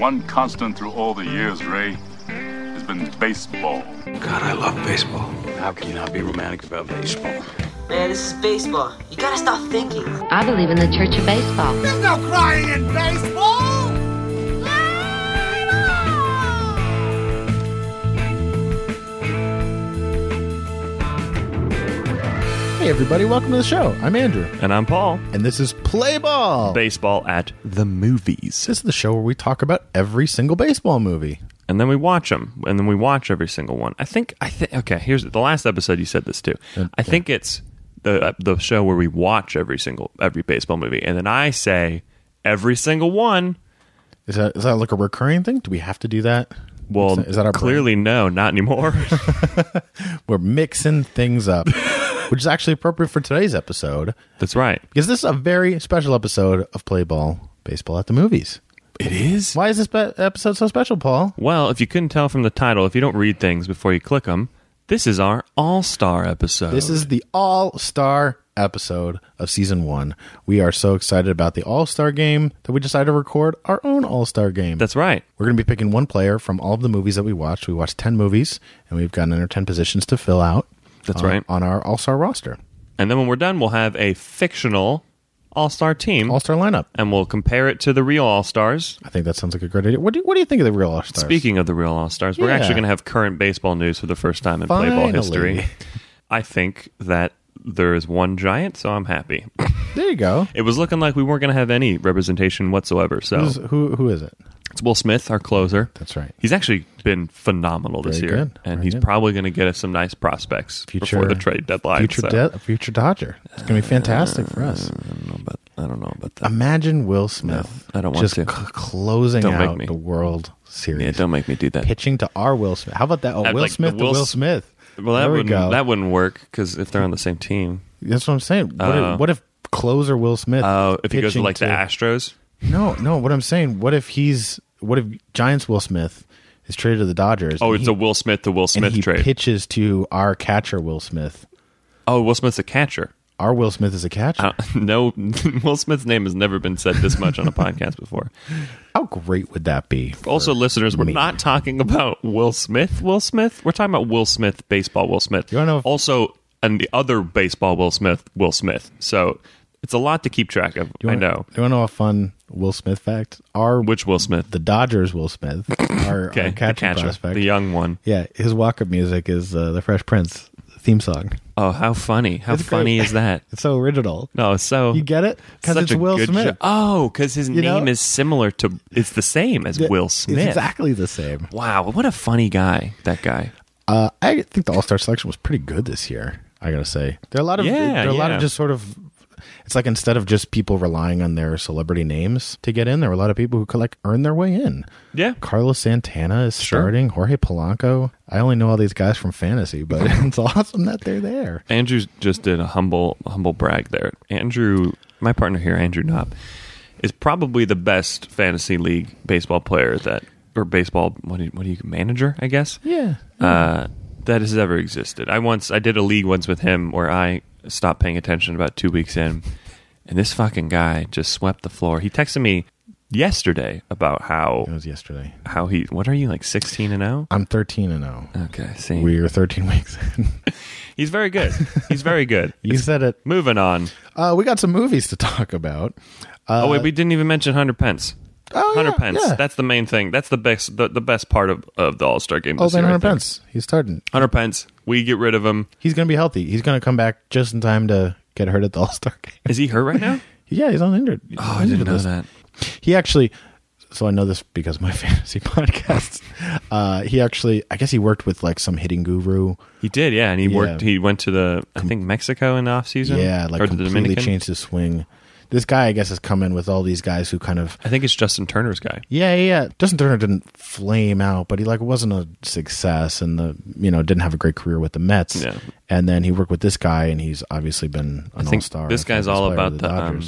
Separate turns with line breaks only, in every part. one constant through all the years, Ray, has been baseball.
God, I love baseball.
How can you not be romantic about baseball?
Man, this is baseball. You gotta stop thinking.
I believe in the Church of Baseball.
There's no crying in baseball!
Hey, everybody, welcome to the show. I'm Andrew,
And I'm Paul.
and this is Play Ball.
Baseball at the movies.
this is the show where we talk about every single baseball movie.
And then we watch them. And then we watch every single one. I think, I think, okay, here's the last episode you said this too.
Uh,
I think it's the uh, the show where we watch every single, every baseball movie. And then I say every single one.
Is that is that like a recurring thing? Do we have to do that?
Well,
is that, is that our brand?
clearly no, not anymore.
We're mixing things up, which is actually appropriate for today's episode
That's right.
because this is a very special episode of Play Ball Baseball at the Movies.
It is.
Why is this be- episode so special, Paul?
Well, if you couldn't tell from the title, if you don't read things before you click them, this is our all star episode.
This is the All Star episode of season one. We are so excited about the All Star game that we decided to record our own All Star game.
That's right.
We're going to be picking one player from all of the movies that we watched. We watched 10 movies, and we've got another 10 positions to fill out.
That's
on-
right. Mm-hmm.
On our All Star roster,
And then when we're done, we'll have a fictional all star team.
All Star lineup.
and we'll compare it to the real All Stars.
I think that sounds like a great idea. What do you, what do you think of the real All Stars?
Speaking of the real All Stars, we're
Yeah.
actually going to have current baseball news for the first time in play ball
Finally.
history. I think that there is one giant, so I'm happy.
There you go.
It was looking like we weren't going to have any representation whatsoever. So
Who's- who, who is it?
it's Will Smith, our closer.
That's right.
He's actually been phenomenal this
Very
year,
good.
and
Very
he's
good.
probably going to get us some nice prospects
Future-
before the trade deadline.
Future,
so.
de- future Dodger. It's going to be fantastic for us.
I don't know about that.
Imagine Will Smith
No, I don't want
just
to.
c- closing
Don't make
out
me.
the World Series.
yeah, don't make me do that.
Pitching to our Will Smith. How about that? Oh,
I'd
Will
like the
Smith
Will
to Will
S-
Smith.
Well, that
There we
wouldn't
go.
that wouldn't work because if they're on the same team,
That's what I'm saying. What,
Uh-oh.
if, what if closer Will Smith?
Oh, if he goes to
pitching
like the Astros,
No, no. What I'm saying, what if he's, what if Giants Will Smith is traded to the Dodgers?
oh,
and
it's
he-
a Will Smith to Will
and
Smith
he
trade.
pitches to our catcher Will Smith.
oh, Will Smith's a catcher.
Our Will Smith is a catcher.
Uh, no, Will Smith's name has never been said this much on a podcast before.
How great would that be?
Also, listeners, we're
me.
not talking about Will Smith. Will Smith. We're talking about Will Smith, baseball Will Smith.
You wanna know if-
also, and the other baseball Will Smith, Will Smith. So it's a lot to keep track of.
You wanna-
I know
You want to know a fun Will Smith fact? Our
which Will Smith.
the Dodgers Will Smith, our,
okay,
our
the
catcher,
catcher,
prospect.
the uh, young one.
yeah, his walk-up music is uh, the Fresh Prince theme song.
Oh, how funny! How
It's great.
funny is that?
It's so original.
No, so
You get it because
Such
it's
a
Will
good
Smith.
jo- oh, because his
You know?
name is similar to it's the same as Will Smith.
It's exactly the same.
Wow, what a funny guy that guy.
Uh, I think the All Star selection was pretty good this year. I gotta say, there are a lot of
Yeah,
there are a lot
yeah.
of just sort of. It's like instead of just people relying on their celebrity names to get in, there were a lot of people who could like earn their way in.
Yeah.
Carlos Santana is starting. Jorge Polanco. I only know all these guys from fantasy, but it's awesome that they're there.
Andrew just did a humble humble brag there. Andrew, my partner here, Andrew Knopp, is probably the best fantasy league baseball player that or baseball what do you, what do you manager, I guess.
Yeah.
Uh, that has ever existed. I once I did a league once with him where I stopped paying attention about two weeks in, and this fucking guy just swept the floor. He texted me yesterday about
It
how
was yesterday.
how he what are you like sixteen and zero?
I'm 13 and 0.
Okay, see,
We are 13 weeks in.
he's very good. He's very good.
you said it.
Moving on.
Uh, we got some movies to talk about.
oh wait, we didn't even mention Hunter Pence.
Uh, Oh,
Hunter
yeah,
Pence.
yeah.
That's the main thing. That's the best. The, the best part of, of the All Star game.
Oh,
This
then
year, I
Hunter
think.
Pence. He's starting.
Hunter Pence. We get rid of him.
He's going to be healthy. He's going to come back just in time to get hurt at the All Star game.
Is he hurt right now?
yeah, he's uninjured.
Oh, I didn't know that.
He actually, so I know this because of my fantasy podcasts. Uh, he actually, I guess he worked with like some hitting guru.
He did, yeah, and he worked.
Yeah.
He went to the I think Mexico in the off season.
Yeah, like
or the
completely
Dominican.
changed his swing. This guy, I guess, has come in with all these guys who kind of.
I think it's Justin Turner's guy.
Yeah, yeah, yeah. Justin Turner didn't flame out, but he like wasn't a success, and the you know didn't have a great career with the Mets.
Yeah.
And then he worked with this guy, and he's obviously been
I
an all
think
star.
this guy's all about the um,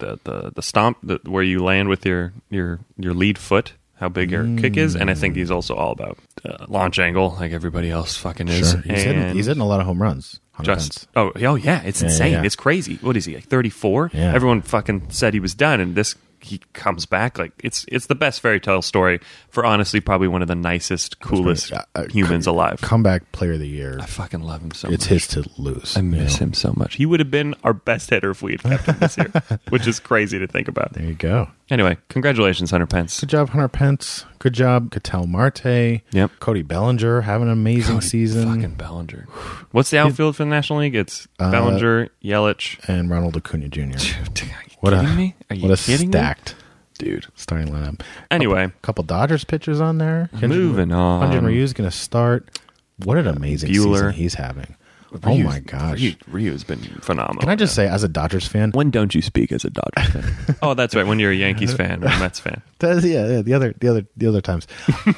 the, the the stomp the, where you land with your your your lead foot, how big your kick is, and I think
Mm.
he's also all about uh, launch angle, like everybody else fucking is.
Sure. He's, hitting,
And
he's hitting a lot of home runs. Hunter Pence.
Just, oh, oh yeah, it's
Yeah, yeah,
insane.
yeah.
It's crazy. What is he like? Thirty four.
Yeah.
Everyone fucking said he was done, and this he comes back. Like it's it's the best fairy tale story for honestly probably one of the nicest, coolest
Yeah, uh,
humans alive.
Comeback player of the year.
I fucking love him so
It's
much.
his to lose.
I miss
you know?
him so much. He would have been our best hitter if we had kept him this year, which is crazy to think about.
There you go.
Anyway, congratulations, Hunter Pence.
Good job, Hunter Pence. Good job, Cattell Marte.
Yep.
Cody Bellinger having an amazing season.
Fucking Bellinger. What's the outfield for the National League? It's
Uh,
Bellinger, Yelich.
and Ronald Acuna Jr.
Dude, are you
What
kidding
a
me? Are you
what a
kidding me?
stacked
Dude.
starting lineup.
Anyway,
couple Dodgers pitchers on there.
Moving on.
Hunjin Ryu's going to start. What an amazing season
Bueller.
he's having. oh
Ryu's-
my gosh.
Ryu, Ryu's been phenomenal.
Can I just say, as a Dodgers fan,
When don't you speak as a Dodgers fan? oh, that's right. When you're a Yankees fan or a Mets fan.
That's- yeah, yeah, the other, the other, the other times.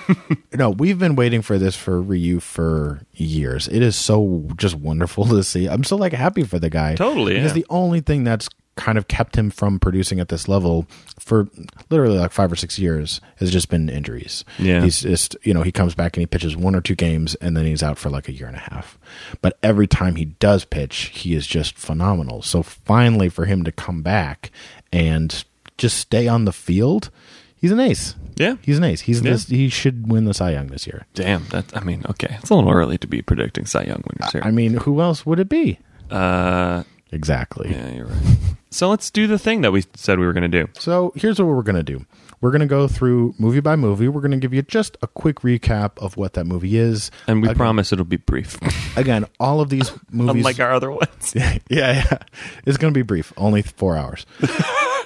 no, we've been waiting for this for Ryu for years. It is so just wonderful to see. I'm so like happy for the guy.
Totally,
because
yeah.
the only thing that's kind of kept him from producing at this level for literally like five or six years has just been injuries.
Yeah.
he's just you know he comes back and he pitches one or two games and then he's out for like a year and a half. But every time he does pitch, he is just phenomenal. So finally for him to come back and just stay on the field, he's an ace.
Yeah.
He's an ace. He's
Yeah.
this, he should win the Cy Young this year.
Damn, that I mean, okay, it's a little early to be predicting Cy Young winners here.
I mean, who else would it be?
uh,
Exactly.
yeah, you're right. So let's do the thing that we said we were going to do.
So here's what we're going to do. We're going to go through movie by movie. We're going to give you just a quick recap of what that movie is.
And we
Ag-
promise it'll be brief,
again, all of these
Oh
movies.
unlike our other ones.
yeah, yeah. It's going to be brief, only th- four hours.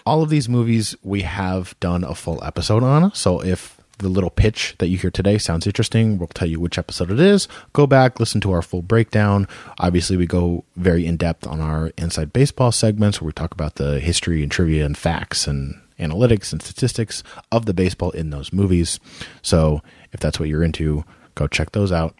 all of these movies we have done a full episode on. So if the little pitch that you hear today sounds interesting, we'll tell you which episode it is. Go back, listen to our full breakdown. Obviously, we go very in depth on our inside baseball segments where we talk about the history and trivia and facts and analytics and statistics of the baseball in those movies. So if that's what you're into, go check those out.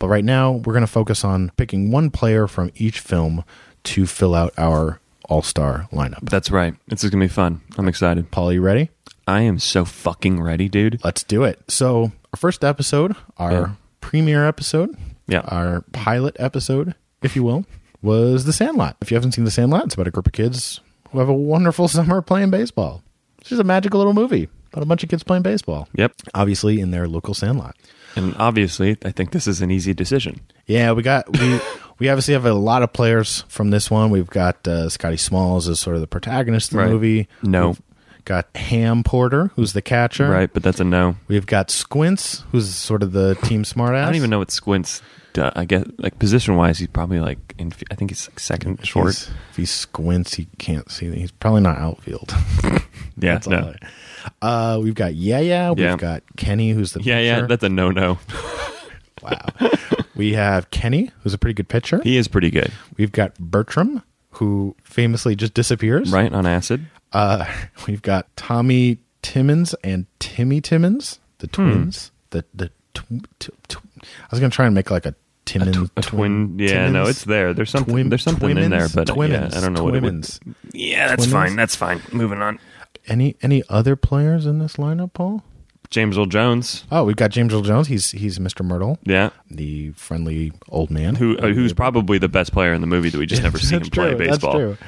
But right now, we're going to focus on picking one player from each film to fill out our all star lineup.
That's right. This is going to be fun. I'm excited.
Paul, you ready?
I am so fucking ready, dude.
Let's do it. So, our first episode, our
Yeah.
premiere episode,
Yeah.
our pilot episode, if you will, was The Sandlot. If you haven't seen The Sandlot, it's about a group of kids who have a wonderful summer playing baseball. It's just a magical little movie about a bunch of kids playing baseball.
Yep.
Obviously, in their local sandlot.
And obviously, I think this is an easy decision.
Yeah, we got we we obviously have a lot of players from this one. We've got uh, Scotty Smalls as sort of the protagonist of the
Right.
movie.
No.
We've got Ham Porter, who's the catcher.
Right, but that's a no.
We've got Squints, who's sort of the team smartass.
I don't even know what Squints. do- I guess like position wise, he's probably like in, I think he's like second
If
short.
he's, if he squints, he can't see. He's probably not outfield.
yeah,
That's all I- uh, we've got yeah yeah. We've
Yeah.
got Kenny, who's the
yeah, yeah.
pitcher.
That's a no no.
wow. we have Kenny, who's a pretty good pitcher.
He is pretty good,
We've got Bertram, who famously just disappears.
right? On acid.
Uh, we've got Tommy Timmons and Timmy Timmons, the
Hmm.
twins. The the tw- tw- tw- I was gonna try and make like a Timmons
A twin. Yeah, no,
Timmons?
it's there. There's something.
Twim-
there's something in there,
Twimmins?
but uh, yeah,
Twimmins.
I don't know what it would-
Twimmins.
Yeah, that's
Twimmins?
fine. That's fine. Moving on.
Any any other players in this lineup, Paul?
James Earl Jones.
Oh, we've got James Earl Jones. He's he's Mr. Myrtle,
Yeah,
the friendly old man
who uh, who's probably the best player in the movie that we just never seen him
That's
play
true, that's
baseball.
true.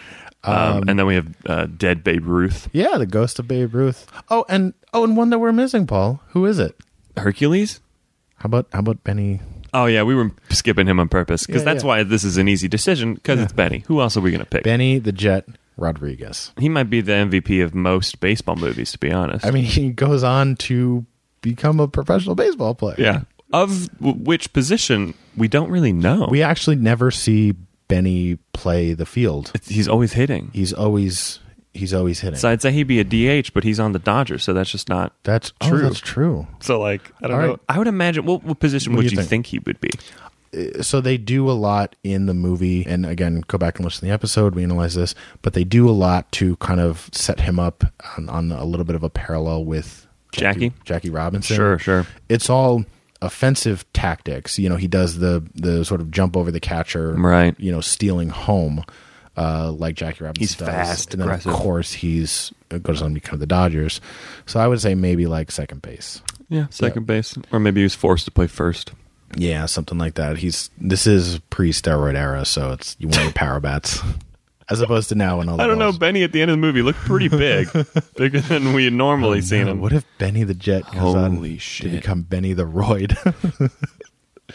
Um, and then we have uh, dead Babe Ruth.
Yeah, the ghost of Babe Ruth. Oh, and oh, and one that we're missing, Paul. Who is it?
Hercules.
How about how about Benny?
Oh yeah, we were skipping him on purpose because
Yeah,
that's
yeah.
why this is an easy decision because it's Benny. Who else are we going to pick?
Benny the Jet Rodriguez.
He might be the MVP of most baseball movies, to be honest.
I mean, he goes on to become a professional baseball player.
yeah. Of w- which position we don't really know.
We actually never see Benny play the field.
It's- he's always hitting.
He's always he's always hitting.
So I'd say he'd be a DH, but he's on the Dodgers, so that's just not.
that's true.
True.
that's true.
So like, I don't
All
know.
right.
I would imagine. What, what position
What do
would
you
you,
think?
think? he would be?
So they do a lot in the movie, and again, go back and listen to the episode. We analyze this, but they do a lot to kind of set him up on, on a little bit of a parallel with
Jackie?
Jackie Robinson.
Sure, sure.
It's all offensive tactics. You know, he does the the sort of jump over the catcher,
Right.
You know, stealing home, uh, like Jackie Robinson.
He's
does.
fast,
and then
aggressive.
of course he's uh, goes on to become the Dodgers. So I would say maybe like second base.
Yeah, second base, or maybe he was forced to play first.
Yeah, something like that. He's this is pre steroid era, so it's you want your power bats. as opposed to now and all. The
I don't know.
balls.
Benny at the end of the movie looked pretty big, bigger than we had normally seen him.
What if Benny the Jet comes out
Holy
and
shit.
to become Benny the Roid?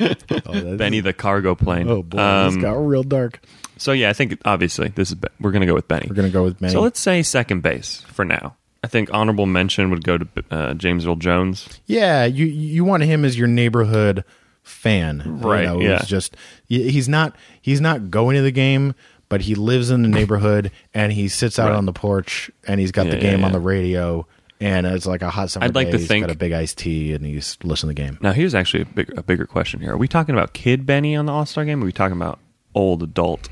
oh, that-
Benny the cargo plane.
Oh boy,
Um,
this got real dark.
so yeah, I think obviously this is Be- we're gonna go with Benny.
We're gonna go with Benny.
So let's say second base for now. I think honorable mention would go to uh, James Earl Jones.
Yeah, you you want him as your neighborhood fan,
Right,
You know,
yeah.
who's just he- he's not he's not going to the game, but he lives in the neighborhood and he sits out
Right.
on the porch and he's got the
Yeah, yeah,
game on
yeah.
the radio and it's like a hot summer
I'd like
day.
to
he's
think-
got a big iced tea and he's listening to the game.
Now here's actually a, big, a bigger question here. Are we talking about kid Benny on the All Star game? Or are we talking about old adult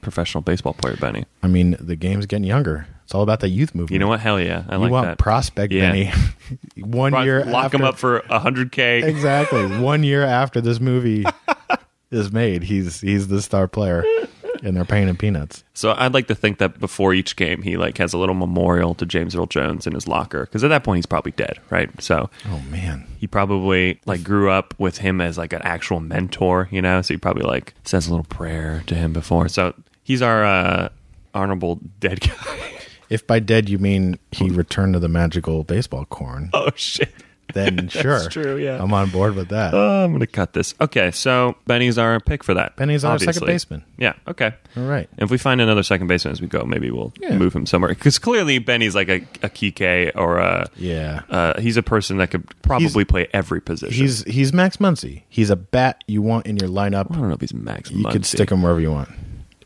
professional baseball player Benny?
I mean, the game's getting younger. It's all about the youth movement.
You know what? Hell yeah, I
You
like
want
that.
prospect
Yeah.
Benny. One
Pro-
year
lock him
after-
up for hundred k.
exactly. One year after this movie is made, he's he's the star player, and they're paying him peanuts.
So I'd like to think that before each game, he like has a little memorial to James Earl Jones in his locker because at that point he's probably dead, right? So
Oh man,
he probably like grew up with him as like an actual mentor, you know. So he probably like says a little prayer to him before. So he's our uh, honorable dead guy.
if by dead you mean he returned to the magical baseball corn,
oh shit!
then sure,
true, yeah.
I'm on board with that.
Oh, I'm gonna cut this. Okay, so Benny's our pick for that.
Benny's our second
obviously.
baseman.
Yeah. Okay.
All right.
And if we find another second baseman as we go, maybe we'll
Yeah.
move him somewhere. Because clearly Benny's like a, a Kike or a
Yeah.
Uh, he's a person that could probably
He's-
play every position.
He's he's Max Muncy. He's a bat you want in your lineup.
I don't know if he's Max.
You could
Muncy.
stick him wherever you want.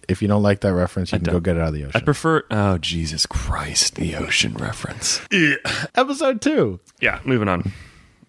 If you don't like that reference, you
I
can go
don't.
get it out of the
I
ocean.
prefer. Oh Jesus Christ! The ocean reference.
Episode two.
yeah. Moving on.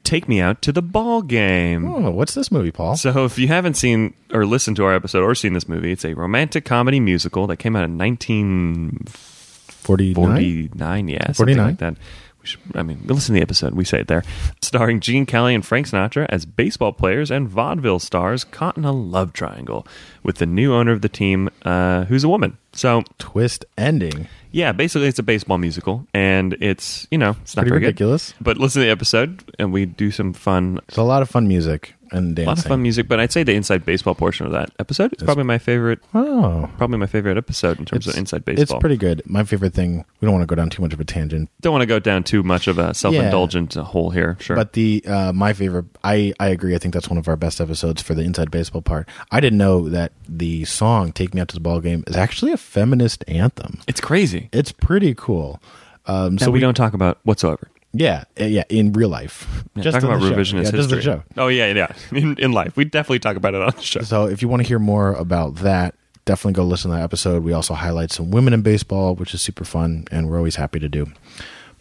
Take me out to the ball game.
Oh, what's this movie, Paul?
So, if you haven't seen or listened to our episode or seen this movie, it's a romantic comedy musical that came out in 1949.
Forty nine.
Yeah, something
49?
like that. We should, I mean, listen to the episode. We say it there. Starring Gene Kelly and Frank Sinatra as baseball players and vaudeville stars caught in a love triangle with the new owner of the team, uh, who's a woman. So,
Twist ending.
yeah, basically it's a baseball musical, and it's you know it's not
Pretty
very good.
ridiculous.
But listen to the episode, and we do some fun,
It's a lot of fun music and dancing.
a lot of fun music. But I'd say the inside baseball portion of that episode is probably my favorite,
Oh.
probably my favorite episode in terms of inside baseball.
It's pretty good. My favorite thing, we don't want to go down too much of a tangent,
Don't want to go down too much of a self-indulgent hole here. Sure,
but the uh, my favorite, I, I agree. I think that's one of our best episodes for the inside baseball part. I didn't know that the song "Take Me Out to the Ball Game" is actually a feminist anthem.
it's crazy.
It's pretty cool. Um,
So
so
we, don't talk about whatsoever.
yeah, uh, yeah, in real life,
Yeah,
just
talk
on
about
the show.
revisionist
yeah,
history.
Just the show.
Oh yeah, yeah. In, in life, we definitely talk about it on the show.
So if you want to hear more about that, definitely go listen to that episode. We also highlight some women in baseball, which is super fun, and we're always happy to do.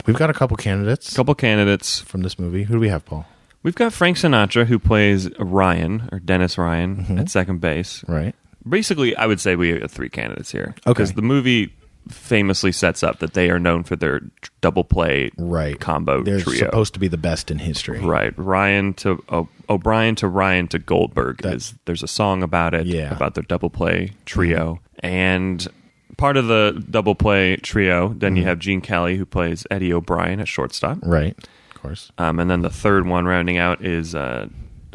We've got a couple candidates
Couple candidates
from this movie. Who do we have, Paul?
We've got Frank Sinatra who plays Ryan or Dennis Ryan at second base.
Mm-hmm. Right.
Basically, I would say we have three candidates here
Okay.
because the movie famously sets up that they are known for their t- double play
Right.
combo
They're
trio.
supposed to be the best in history.
right, Ryan to O O'Brien to Ryan to Goldberg
That-
is there's a song about it
Yeah.
about their double play trio and. Part of the double play trio, then you have Gene Kelly who plays Eddie O'Brien at shortstop.
Mm-hmm. Right. Of course.
Um, and then the third one rounding out is uh,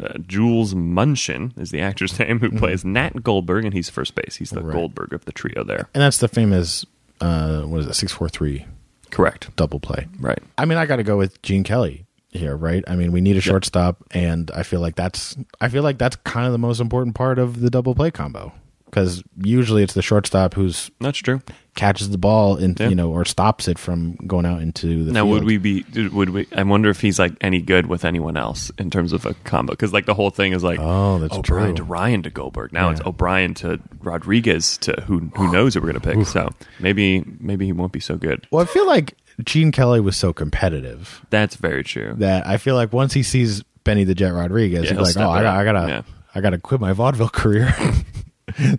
uh, Jules Munshin is the actor's name who plays Nat Goldberg, and he's first base. He's the
Mm-hmm. Right.
Goldberg of the trio there.
And that's the famous uh what is it? 643
Correct.
double play.
Right.
I mean, I got to go with Gene Kelly here, right? I mean, we need a shortstop and I feel like that's I feel like that's kind of the most important part of the double play combo cuz usually it's the shortstop who's
That's true.
catches the ball and
Yeah.
you know or stops it from going out into the
Now,
field.
would we be? Would we? I wonder if he's like any good with anyone else in terms of a combo, because like the whole thing is like,
Oh, that's
O'Brien
true.
to Ryan to Goldberg. Now it's
Yeah.
O'Brien to Rodriguez to who? Who knows who we're gonna pick? So maybe maybe he won't be so good.
Well, I feel like Gene Kelly was so competitive.
That's very true.
that I feel like once he sees Benny the Jet Rodriguez,
Yeah, he'll
he's like,
step
"Oh, I
it
gotta,
up."
I gotta,
Yeah.
I gotta quit my vaudeville career,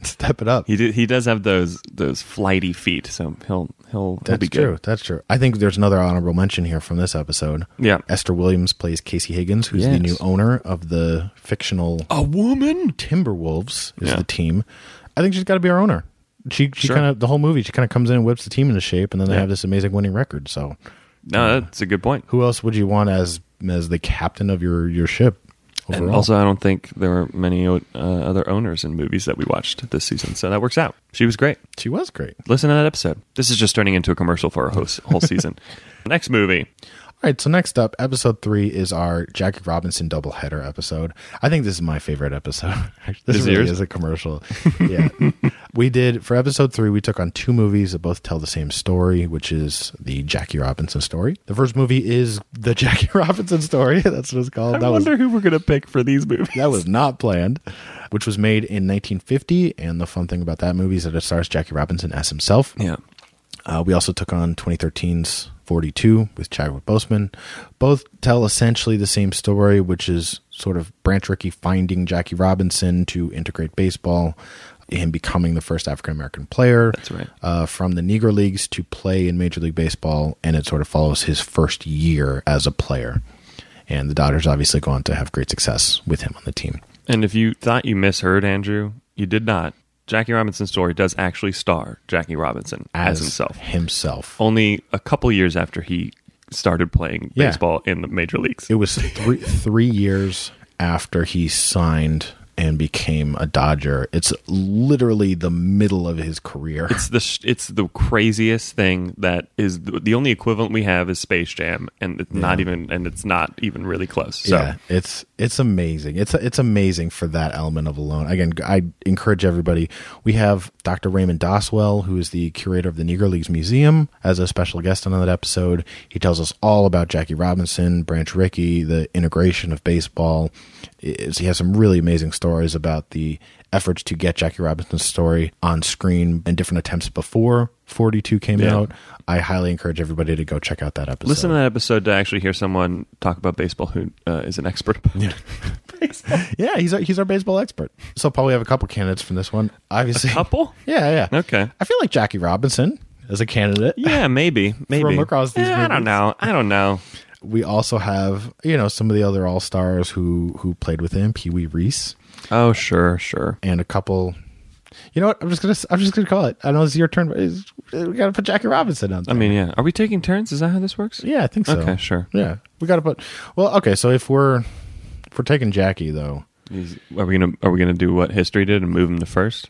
step it up."
He did, he does have those those flighty feet, so he'll he'll, he'll
That's
be
true.
good.
That's true. I think there's another honorable mention here from this episode.
Yeah.
Esther Williams plays Casey Higgins, who's the
Yes.
new owner of the fictional
A woman.
Timberwolves is
Yeah.
the team. I think she's got to be our owner. She, she
Sure.
kind of the whole movie. She kind of comes in and whips the team into shape, and then they
Yeah.
have this amazing winning record. So,
No, that's a good point.
who else would you want as as the captain of your your ship?
And
Overall.
also, I don't think there were many o- uh, other owners in movies that we watched this season, so that works out. She was great.
She was great.
Listen to that episode. This is just turning into a commercial for our whole, whole season. Next movie.
All right, so next up, episode three is our Jackie Robinson doubleheader episode. I think this is my favorite episode. this
Is
really
yours?
is a commercial. yeah, we did for episode three. We took on two movies that both tell the same story, which is the Jackie Robinson story. The first movie is the Jackie Robinson story. That's what it's called.
I
that was
wonder who we're going to pick for these movies.
that was not planned, which was made in 1950. And the fun thing about that movie is that it stars Jackie Robinson as himself.
yeah.
Uh, we also took on 2013's 42 with Chadwick Boseman. Both tell essentially the same story, which is sort of Branch Rickey finding Jackie Robinson to integrate baseball, him becoming the first African American player. That's
right.
Uh, from the Negro Leagues to play in Major League Baseball, and it sort of follows his first year as a player. And the Dodgers obviously go on to have great success with him on the team.
And if you thought you misheard Andrew, you did not. Jackie Robinson's story does actually star Jackie Robinson as, himself.
Himself.
Only a couple years after he started playing
Yeah.
baseball in the major leagues.
It was three three years after he signed and became a Dodger. It's literally the middle of his career.
It's the sh- it's the craziest thing that is the, the only equivalent we have is Space Jam, and it's not even and it's not even really close. So
Yeah, it's it's amazing. It's it's amazing for that element of alone. Again, I encourage everybody. We have Dr. Raymond Doswell, who is the curator of the Negro Leagues Museum, as a special guest on that episode. He tells us all about Jackie Robinson, Branch Rickey, the integration of baseball. Is- He has some really amazing stories about the efforts to get Jackie Robinson's story on screen and different attempts before 42 came
Yeah.
out. I highly encourage everybody to go check out that episode.
listen to that episode to actually hear someone talk about baseball who uh, is an expert. About it.
Yeah, he's our, he's our baseball expert. So probably have a couple candidates from this one. Obviously,
Couple?
Yeah, yeah.
Okay.
I feel like Jackie Robinson as a candidate.
Yeah, maybe, maybe
across these
Eh, I don't
movies.
know. I don't know.
We also have you know some of the other all stars who who played with him, Pee Wee Reese,
Oh sure, sure.
and a couple. You know what? I'm just gonna I'm just gonna call it. I know it's your turn. But it's, we gotta put Jackie Robinson on.
I mean, yeah. Are we taking turns? Is that how this works?
yeah, I think so.
Okay, sure.
Yeah, we gotta put. Well, okay. So if we're if we're taking Jackie though,
Is- Are we gonna Are we gonna do what history did and move him to first?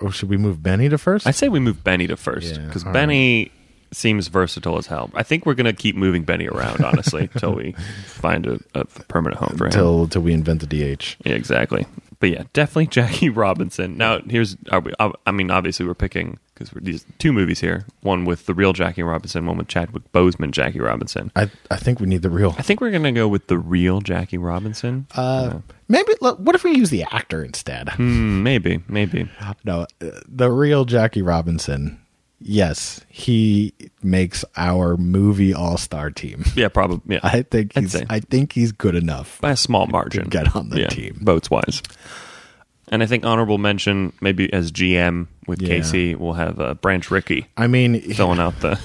or should we move Benny to first?
I say we move Benny to first
Yeah,
because
all
Benny seems versatile as hell. I think we're gonna keep moving Benny around honestly until we find a, a permanent home for him.
Till till we invent the DH.
yeah, exactly. But yeah, definitely Jackie Robinson. Now here's are we? ob- I mean, obviously we're picking because we're these two movies here. One with the real Jackie Robinson. One with Chadwick Boseman. Jackie Robinson.
I I think we need the real.
I think we're gonna go with the real Jackie Robinson.
Uh, maybe look, what if we use the actor instead?
Hmm, maybe, maybe.
No, uh, the real Jackie Robinson. Yes, he makes our movie all-star team.
Yeah, probably. Yeah,
I think
I'd
he's
say.
I think he's good enough.
by a small margin
get on the team.
votes wise. And I think honorable mention maybe as GM with
Yeah.
KC, we'll have uh, Branch Rickey
I mean,
filling out the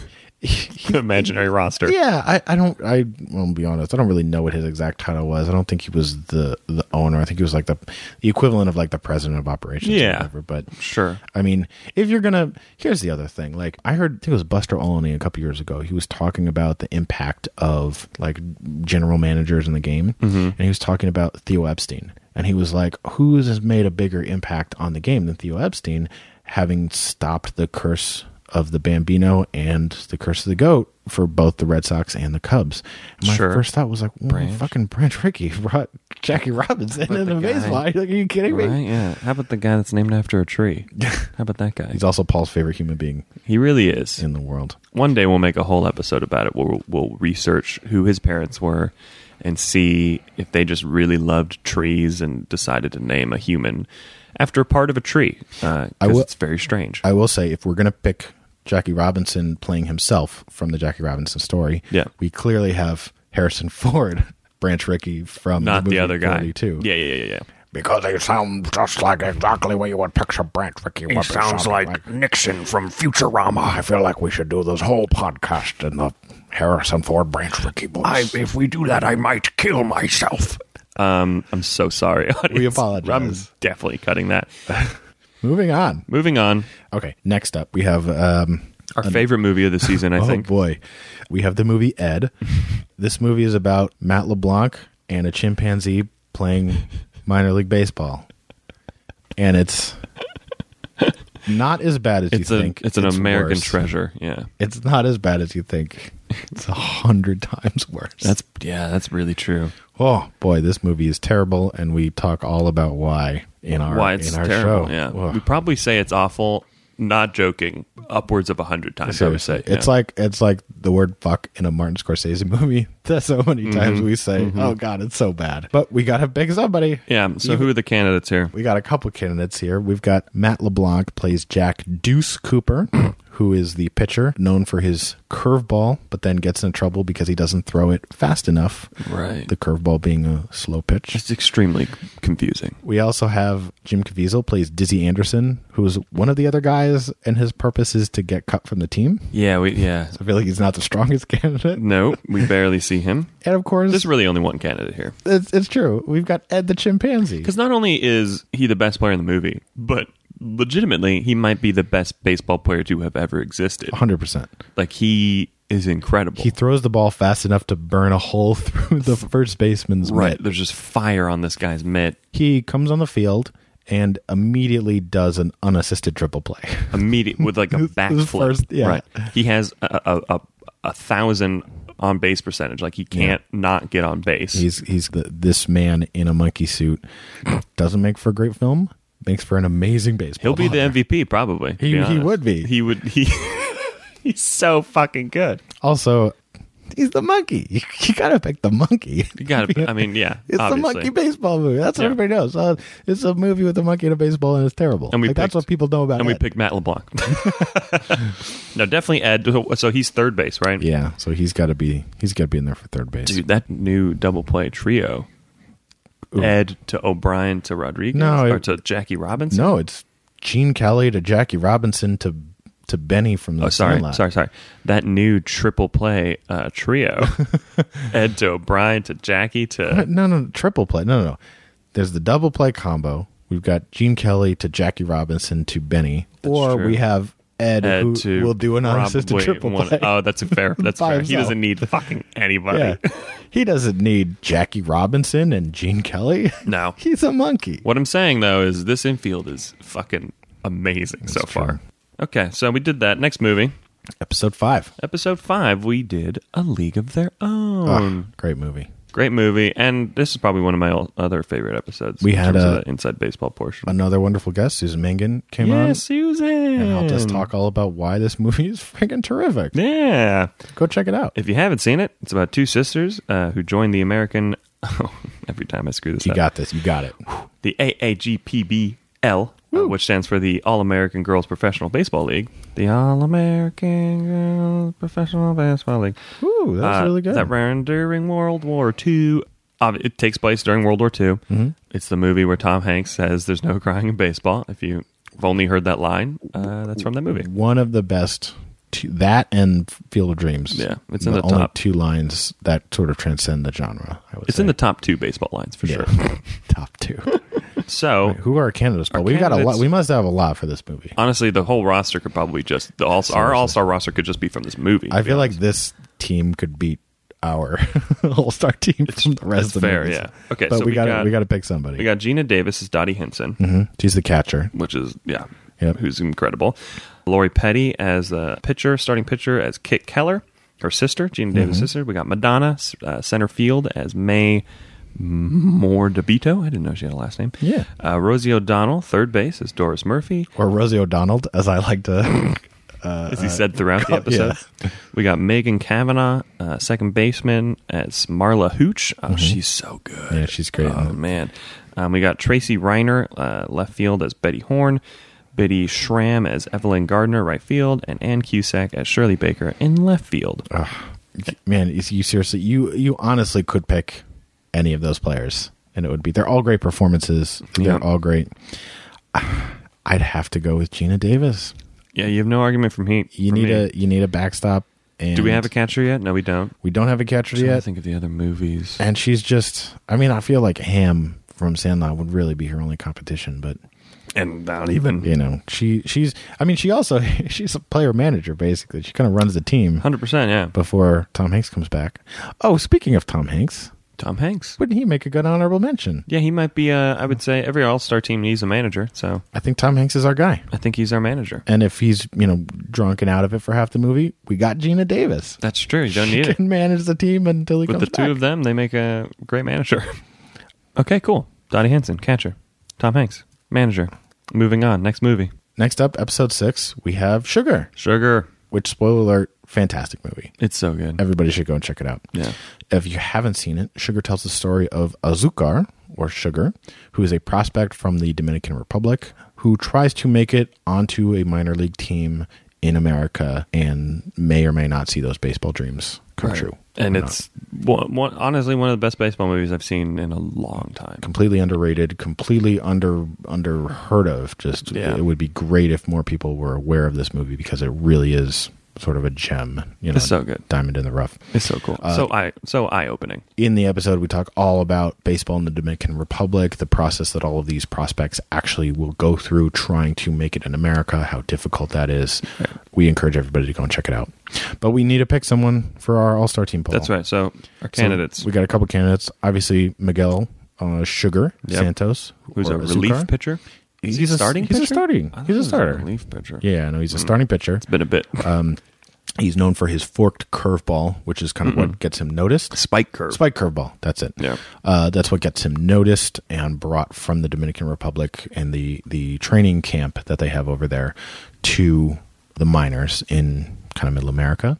imaginary roster.
yeah, I, I don't I will be honest, I don't really know what his exact title was. I don't think he was the the owner. I think he was like the the equivalent of like the president of operations or
Yeah.
whatever, but
Sure.
I mean, if you're gonna, here's the other thing. Like, I heard, I think it was Buster Olney a couple years ago. He was talking about the impact of like general managers in the game,
Mm-hmm.
and he was talking about Theo Epstein, and he was like, "Who's has made a bigger impact on the game than Theo Epstein, having stopped the curse of the Bambino and the curse of the goat for both the Red Sox and the Cubs?" And my
Sure.
first thought was like, well,
Branch.
"Fucking Branch Rickey brought Jackie Robinson in
the
a
guy.
baseball." Like, are you kidding me?
Right? Yeah. How about the guy that's named after a tree? How about that guy?
He's also Paul's favorite human being
He really is.
in the world.
One day we'll make a whole episode about it. We'll we'll research who his parents were and see if they just really loved trees and decided to name a human after part of a tree because
I will-
it's very strange.
I will say, if we're going to pick Jackie Robinson playing himself from the Jackie Robinson story,
Yeah.
we clearly have Harrison Ford, Branch Rickey from
not the,
movie
other guy.
42.
Yeah, yeah, yeah, yeah.
Because they sound just like exactly what you would picture Brent Ricky He sounds like, Nixon from Futurama. I feel like we should do this whole podcast in the Harrison Ford Branch Ricky voice. if we do that, I might kill myself.
Um, I'm so sorry. Audience.
We apologize.
I'm definitely cutting that.
Moving on.
Moving on.
Okay. Next up, we have. Um,
Our favorite movie of the season, I
oh,
think.
boy. We have the movie Ed. this movie is about Matt LeBlanc and a chimpanzee playing minor league baseball, and it's not as bad as
It's
you
a
think.
it's an American
worse.
treasure. Yeah.
It's not as bad as you think. It's a hundred times worse.
That's yeah, that's really true.
oh boy, this movie is terrible, and we talk all about why in our
Why it's
in our
terrible.
show.
Yeah.
Ugh.
We probably say it's awful, not joking, upwards of a hundred times, I would say.
It's
yeah.
like it's like the word fuck in a Martin Scorsese movie. That's so many
Mm-hmm.
times we say, "Oh God, it's so bad." But we gotta pick somebody.
Yeah. So who are the candidates here?
We got a couple candidates here. We've got Matt LeBlanc plays Jack Deuce Cooper, who is the pitcher known for his curveball, but then gets in trouble because he doesn't throw it fast enough.
Right.
The curveball being a slow pitch.
It's extremely confusing.
We also have Jim Caviezel plays Dizzy Anderson, who's one of the other guys, and his purpose is to get cut from the team.
Yeah, we yeah.
I feel like he's not the strongest candidate.
No, we barely see him.
And of course,
There's really only one candidate here.
it's, it's true. We've got Ed the chimpanzee.
Because not only is he the best player in the movie, but legitimately, he might be the best baseball player to have ever existed.
100%.
Like, he is incredible.
He throws the ball fast enough to burn a hole through the first baseman's
right.
mitt.
There's just fire on this guy's mitt.
He comes on the field and immediately does an unassisted triple play.
Immediate with like a
his
backflip.
first- yeah.
Right. He has a, a, a, a thousand on base percentage. Like, he can't not get on base.
He's he's the, this man in a monkey suit. Doesn't make for a great film. Makes for an amazing baseball.
He'll be the
player.
MVP, probably. to
He-
be
he
honest.
would be.
He would. He. He's so fucking good.
Also, he's the monkey. You, you gotta pick the monkey.
You gotta. I mean, yeah.
It's the
obviously.
monkey baseball movie. That's what
Yeah.
everybody knows. Uh, it's a movie with a monkey and a baseball, and it's terrible.
And we
Like, that's
picked-
what people know about.
and we
Ed.
picked Matt LeBlanc. no, definitely Ed. So he's third base, right?
Yeah, so he's got to be he's got to be in there for third base.
Dude, that new double play trio. Ed to O'Brien to Rodriguez
No,
or
it-
to Jackie Robinson.
no, it's Gene Kelly to Jackie Robinson to to Benny from the
Oh, sorry,
Sandlot.
sorry, sorry. That new triple play uh, trio: Ed to O'Brien to Jackie to
No, no, no, triple play. No, no, no. There's the double play combo. We've got Gene Kelly to Jackie Robinson to Benny, or
true.
we have Ed,
Ed
who
to
will do an unassisted
probably
triple
one-
play.
Oh, that's a fair. That's
By
fair. He
himself.
doesn't need fucking anybody.
yeah, he doesn't need Jackie Robinson and Gene Kelly.
No.
he's a monkey.
What I'm saying though is this infield is fucking amazing so far.
true.
Okay, so we did that. Next movie.
Episode five.
episode five, we did A League of Their Own.
Ah, great movie.
Great movie, and this is probably one of my o- other favorite episodes.
We
in
had
terms of
a-
the inside baseball portion.
Another wonderful guest, Susan Mangan, came
yeah,
on
Susan.
and helped us talk all about why this movie is freaking terrific.
Yeah.
Go check it out.
If you haven't seen it, it's about two sisters uh, who join the American. oh, every time I screw this
You
up.
got this. You got it.
the AAGPBL, uh, which stands for the All American Girls Professional Baseball League. The All American Girls Professional Baseball League.
Ooh, that was
Uh,
really good.
That ran during World War II. Ob- It takes place during World War II.
Mm-hmm.
It's the movie where Tom Hanks says, "There's no crying in baseball." If you've only heard that line, uh, that's from that movie.
one of the best. Two, that and Field of Dreams.
Yeah, it's in the
only
top.
two lines that sort of transcend the genre. I would
It's
say.
in the top two baseball lines for
Yeah.
sure.
top two.
So
Who are our candidates? But we've got a lot.
candidates-
We must have a lot for this movie.
honestly, the whole roster could probably just the all our all star roster could just be from this movie.
I
to be
feel like
honest.
this team could beat our All Star team from the rest
it's
of the
fair,
movies.
yeah. Okay,
but
so
we,
we
gotta
got-
we gotta pick somebody.
we got Gina Davis as Dottie Henson.
She's the catcher.
which is yeah,
Mm-hmm. Yep.
who's incredible. Lori Petty as the pitcher, starting pitcher as Kit Keller, her sister, Gina Davis'
Mm-hmm.
sister. We got Madonna s- uh, center field as May Moore DeVito. I didn't know she had a last name.
Yeah.
uh, Rosie O'Donnell third base as Doris Murphy,
Or Rosie O'Donnell, as I like to. uh,
as he said throughout the episode. We got Megan Kavanaugh, uh, second baseman as Marla Hooch. Oh, she's so good.
Mm-hmm. yeah, she's great.
Oh man, um, we got Tracy Reiner uh, left field as Betty Horn, Biddy Schramm as Evelyn Gardner right field, and Ann Cusack as Shirley Baker in left field.
Uh, man is you seriously you you honestly could pick any of those players and it would be they're all great performances they're
Yeah.
all great i'd have to go with gina davis
yeah, you have no argument from heat.
you
from
need
me.
a you need a backstop and
Do we have a catcher yet? No, we don't.
we don't have a catcher
I
yet
think of the other movies.
and she's just i mean i feel like ham from sandlot would really be her only competition but
And
uh,
not even
you know she she's i mean she also she's a player manager basically she kind of runs the team
hundred percent. Yeah.
before tom hanks comes back oh speaking of tom hanks
Tom Hanks.
Wouldn't he make a good honorable mention?
Yeah, he might be. Uh, I would say every All Star team needs a manager, so
I think Tom Hanks is our guy.
I think he's our manager.
And if he's you know drunk and out of it for half the movie, we got Gina Davis.
That's true. You don't
She
need it.
can manage the team until he
With
comes
the two
back.
of them, they make a great manager. okay, cool. Dottie Hanson, catcher. Tom Hanks, manager. Moving on. Next movie.
Next up, episode six, we have Sugar,
Sugar.
which spoiler alert, fantastic movie.
It's so good.
Everybody should go and check it out.
Yeah.
If you haven't seen it, Sugar tells the story of Azucar, or Sugar, who is a prospect from the Dominican Republic who tries to make it onto a minor league team in America and may or may not see those baseball dreams come true.
And
Or not.
it's one, one, honestly one of the best baseball movies I've seen in a long time.
completely underrated, completely under under heard of. Just
Yeah.
it would be great if more people were aware of this movie because it really is sort of a gem. You know,
It's so good.
diamond in the rough.
It's so cool.
Uh,
so eye so eye opening.
In the episode, we talk all about baseball in the Dominican Republic, the process that all of these prospects actually will go through trying to make it in America, how difficult that is. We encourage everybody to go and check it out. But we need to pick someone for our All Star team poll.
That's right. So our
So
candidates.
we got a couple candidates. Obviously, Miguel uh, Sugar
Yep.
Santos,
who's
or
a relief
Azucar.
pitcher?
He's
Is he
a- he's a
pitcher?
starting-
I thought
he's a
he was
starter.
relief pitcher.
Yeah, Um, no,
Mm-hmm.
he's a starting pitcher.
It's been a bit.
He's known for his forked curveball, which is kind of what gets him noticed.
Mm-hmm. Spike curve.
Spike curveball, that's it.
Yeah.
Uh, that's what gets him noticed and brought from the Dominican Republic and the, the training camp that they have over there to the minors in kind of middle America.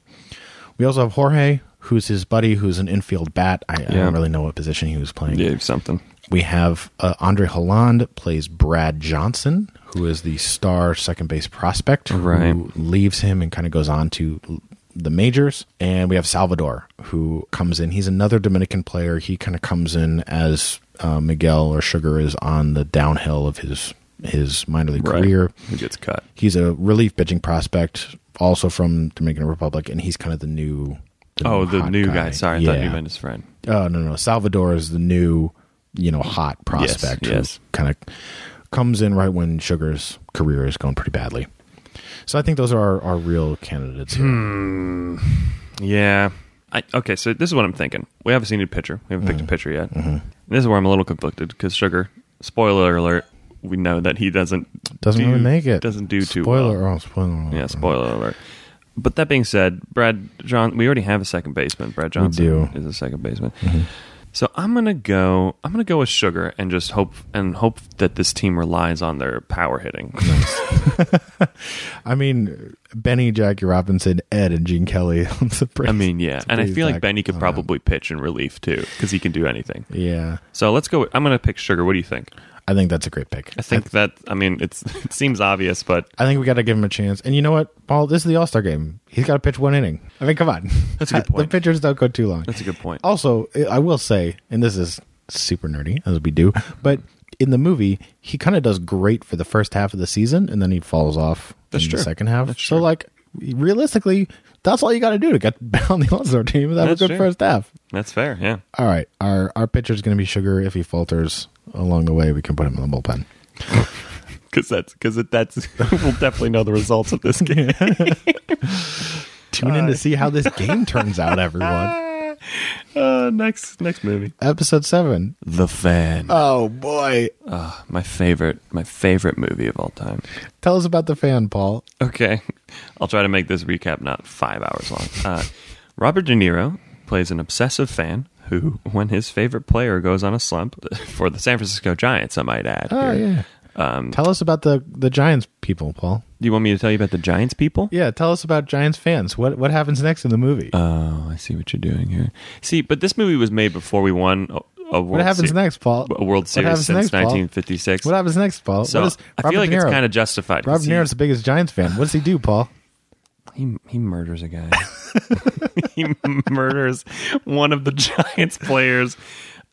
We also have Jorge, who's his buddy, who's an infield bat. I, I
Yeah.
don't really know what position he was playing.
Yeah, something.
We have uh, Andre Holland plays Brad Johnson, who is the star second base prospect
Right.
who leaves him and kind of goes on to l- the majors. And we have Salvador, who comes in. He's another Dominican player. He kind of comes in as uh, Miguel or Sugar is on the downhill of his his minor league
Right.
career.
Who gets cut?
He's a relief pitching prospect, also from Dominican Republic, and he's kind of the new.
Oh, the
hot
new guy. Sorry, I thought you
Yeah.
meant his friend.
Oh no, no, Salvador is the new, you know, hot prospect who
yes.
kind of comes in right when Sugar's career is going pretty badly. So I think those are our, our real candidates. Here.
Hmm. Yeah. I, okay, so this is what I'm thinking. We obviously need a pitcher. We haven't picked
Mm-hmm.
a pitcher yet. This is where I'm a little conflicted because Sugar. Spoiler alert. We know that he doesn't
Doesn't
do-
really make it.
Doesn't do too
spoiler,
well.
Oh, spoiler. alert.
Yeah, spoiler alert. But that being said, Brad John, we already have a second baseman. Brad Johnson
do. Mm-hmm.
is a second baseman. So I'm gonna go. I'm gonna go with Sugar and just hope and hope that this team relies on their power hitting.
I mean, Benny, Jackie Robinson, Ed, and Gene Kelly. on the
I
Braves.
mean, yeah,
It's a
and I
pretty
feel like
stacked
Benny could
lineup.
probably pitch in relief too because he can do anything.
Yeah,
So let's go. with- I'm gonna pick Sugar. What do you think?
I think that's a great pick.
I think that I mean it's it seems obvious, but
I think we got to give him a chance. And you know what, Paul? This is the All Star game. He's got to pitch one inning. I mean, come on.
That's a good
the
point.
pitchers don't go too long.
That's a good point.
Also, I- I will say, and this is super nerdy as we do, but in the movie, he kind of does great for the first half of the season, and then he falls off
That's
in
true.
the second half.
That's
so,
true.
like realistically, that's all you got to do to get on the All Star team. That was
That's
good
true.
first half.
that's fair. Yeah.
All right, our our pitcher's going to be Sugar. If he falters along the way, we can put him in the bullpen.
Because that's because that's we'll definitely know the results of this game.
Tune in to see how this game turns out, everyone.
Uh, next next movie,
Episode seven.
The Fan.
Oh boy.
my favorite my favorite movie of all time.
Tell us about the fan, Paul.
Okay, I'll try to make this recap not five hours long. Uh, Robert De Niro plays an obsessive fan who, when his favorite player goes on a slump for the San Francisco Giants, I might add.
Oh
here.
yeah. tell us about the the Giants people, Paul.
Do you want me to tell you about the Giants people?
Yeah, tell us about Giants fans. What what happens next in the movie?
Oh, I see what you're doing here. See, but this movie was made before we won a, a World
what happens
Se-
next, Paul?
A World
What
Series
happens
since
next, Paul?
1956.
What happens next, Paul?
So
what is
I feel
Robert
like
De
it's
Niro-
kind of justified. 'cause
Robert De Niro's the biggest Giants fan. What does he do, Paul?
he, he he murders a guy. he murders one of the Giants players,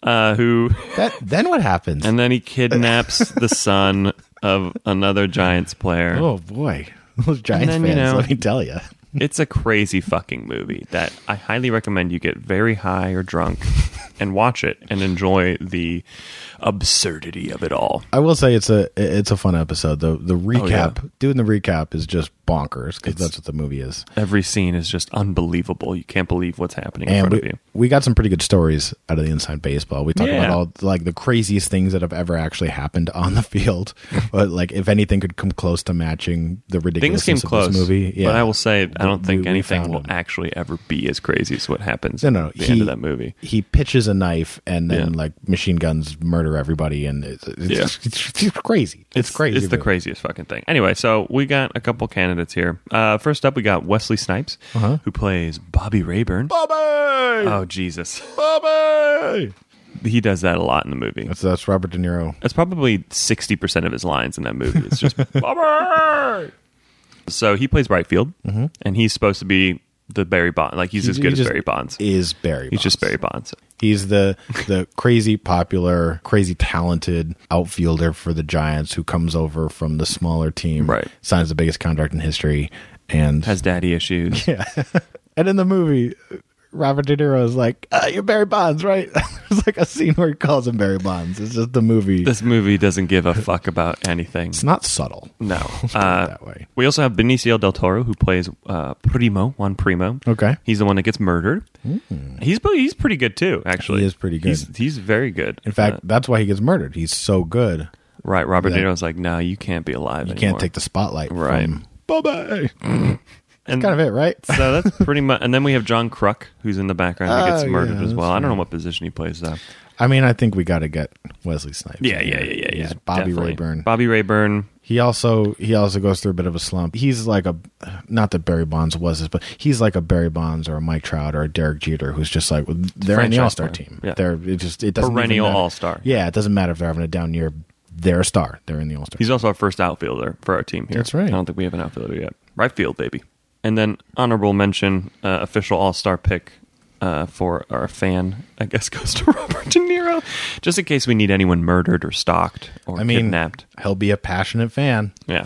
uh, who,
That then what happens?
and then he kidnaps the son of another Giants player.
oh boy, those Giants
then, you
fans.
know-
let me tell you.
it's a crazy fucking movie that I highly recommend you get very high or drunk and watch it and enjoy the absurdity of it all.
I will say it's a it's a fun episode. The the
Oh,
recap, doing the recap is just bonkers because that's what the movie is.
Every scene is just unbelievable. You can't believe what's happening in
And
front
we,
of you.
we got some pretty good stories out of the inside baseball. We talked about
Yeah.
all like the craziest things that have ever actually happened on the field. but like if anything could come close to matching the
Things
ridiculousness
came
of
close,
this movie.
but I will say I don't
We-
think
we
anything
found
will
him.
actually ever be as crazy as what happens
No, no,
at the end of that movie.
He pitches a knife and then
Yeah.
like machine guns murder everybody and it's it's,
Yeah.
it's, it's crazy. It's, crazy.
It's the
but-
craziest fucking thing. Anyway, so we got a couple candidates here. Uh, first up, we got Wesley Snipes, who plays Bobby Rayburn.
Uh-huh. Bobby!
Oh Jesus,
Bobby!
he does that a lot in the movie.
That's that's Robert De Niro.
That's probably sixty percent of his lines in that movie. It's just Bobby. So he plays right field, and he's supposed to be the Barry Bond. Like he's as
Mm-hmm. He
good as
just
Barry Bonds.
Is Barry?
He's just
Bonds.
Barry Bonds.
He's the the crazy popular, crazy talented outfielder for the Giants who comes over from the smaller team,
Right.
Signs the biggest contract in history, and
Has daddy issues.
and in the movie, Robert De Niro is like, uh, "You're Barry Bonds, right?" There's like a scene where he calls him Barry Bonds. It's just the movie.
This movie doesn't give a fuck about anything.
it's not subtle.
No.
it
Uh,
that way.
We also have Benicio del Toro, who plays uh, Primo, Juan Primo.
Okay. Hmm.
He's the one that gets murdered. He's pre- he's pretty good too, actually.
He is pretty good.
He's, he's very good.
In fact,
Uh,
that's why he gets murdered. He's so good.
right? Robert
that-
De Niro's like, no, you can't be alive.
You can't take the spotlight
Right. Mm.
from Bobby.
and
Kind of it, right?
so that's pretty much. And then we have John Kruk, who's in the background, who
Oh,
gets
yeah,
murdered as
that's
well. I don't know what position he plays though.
I mean, I think we got to get Wesley Snipes.
Yeah,
in
yeah,
here.
yeah, yeah,
He's
yeah.
Bobby
definitely.
Rayburn.
Bobby Rayburn.
He also he also goes through a bit of a slump. He's like a not that Barry Bonds was this, but he's like a Barry Bonds or a Mike Trout or a Derek Jeter who's just like they're in the
Franchise
All Star
player.
team.
Yeah.
They're it just it doesn't even
Perennial
matter.
all-star.
Yeah, it doesn't matter if they're having a down year. They're a star. They're in the All Star.
He's also our first outfielder for our team here.
That's right.
I don't think we have an outfielder yet. Right field, baby. And then honorable mention, uh, official All Star pick uh, for our fan, I guess, goes to Robert De Niro, just in case we need anyone murdered or stalked or
I mean,
kidnapped.
he'll be a passionate fan.
Yeah.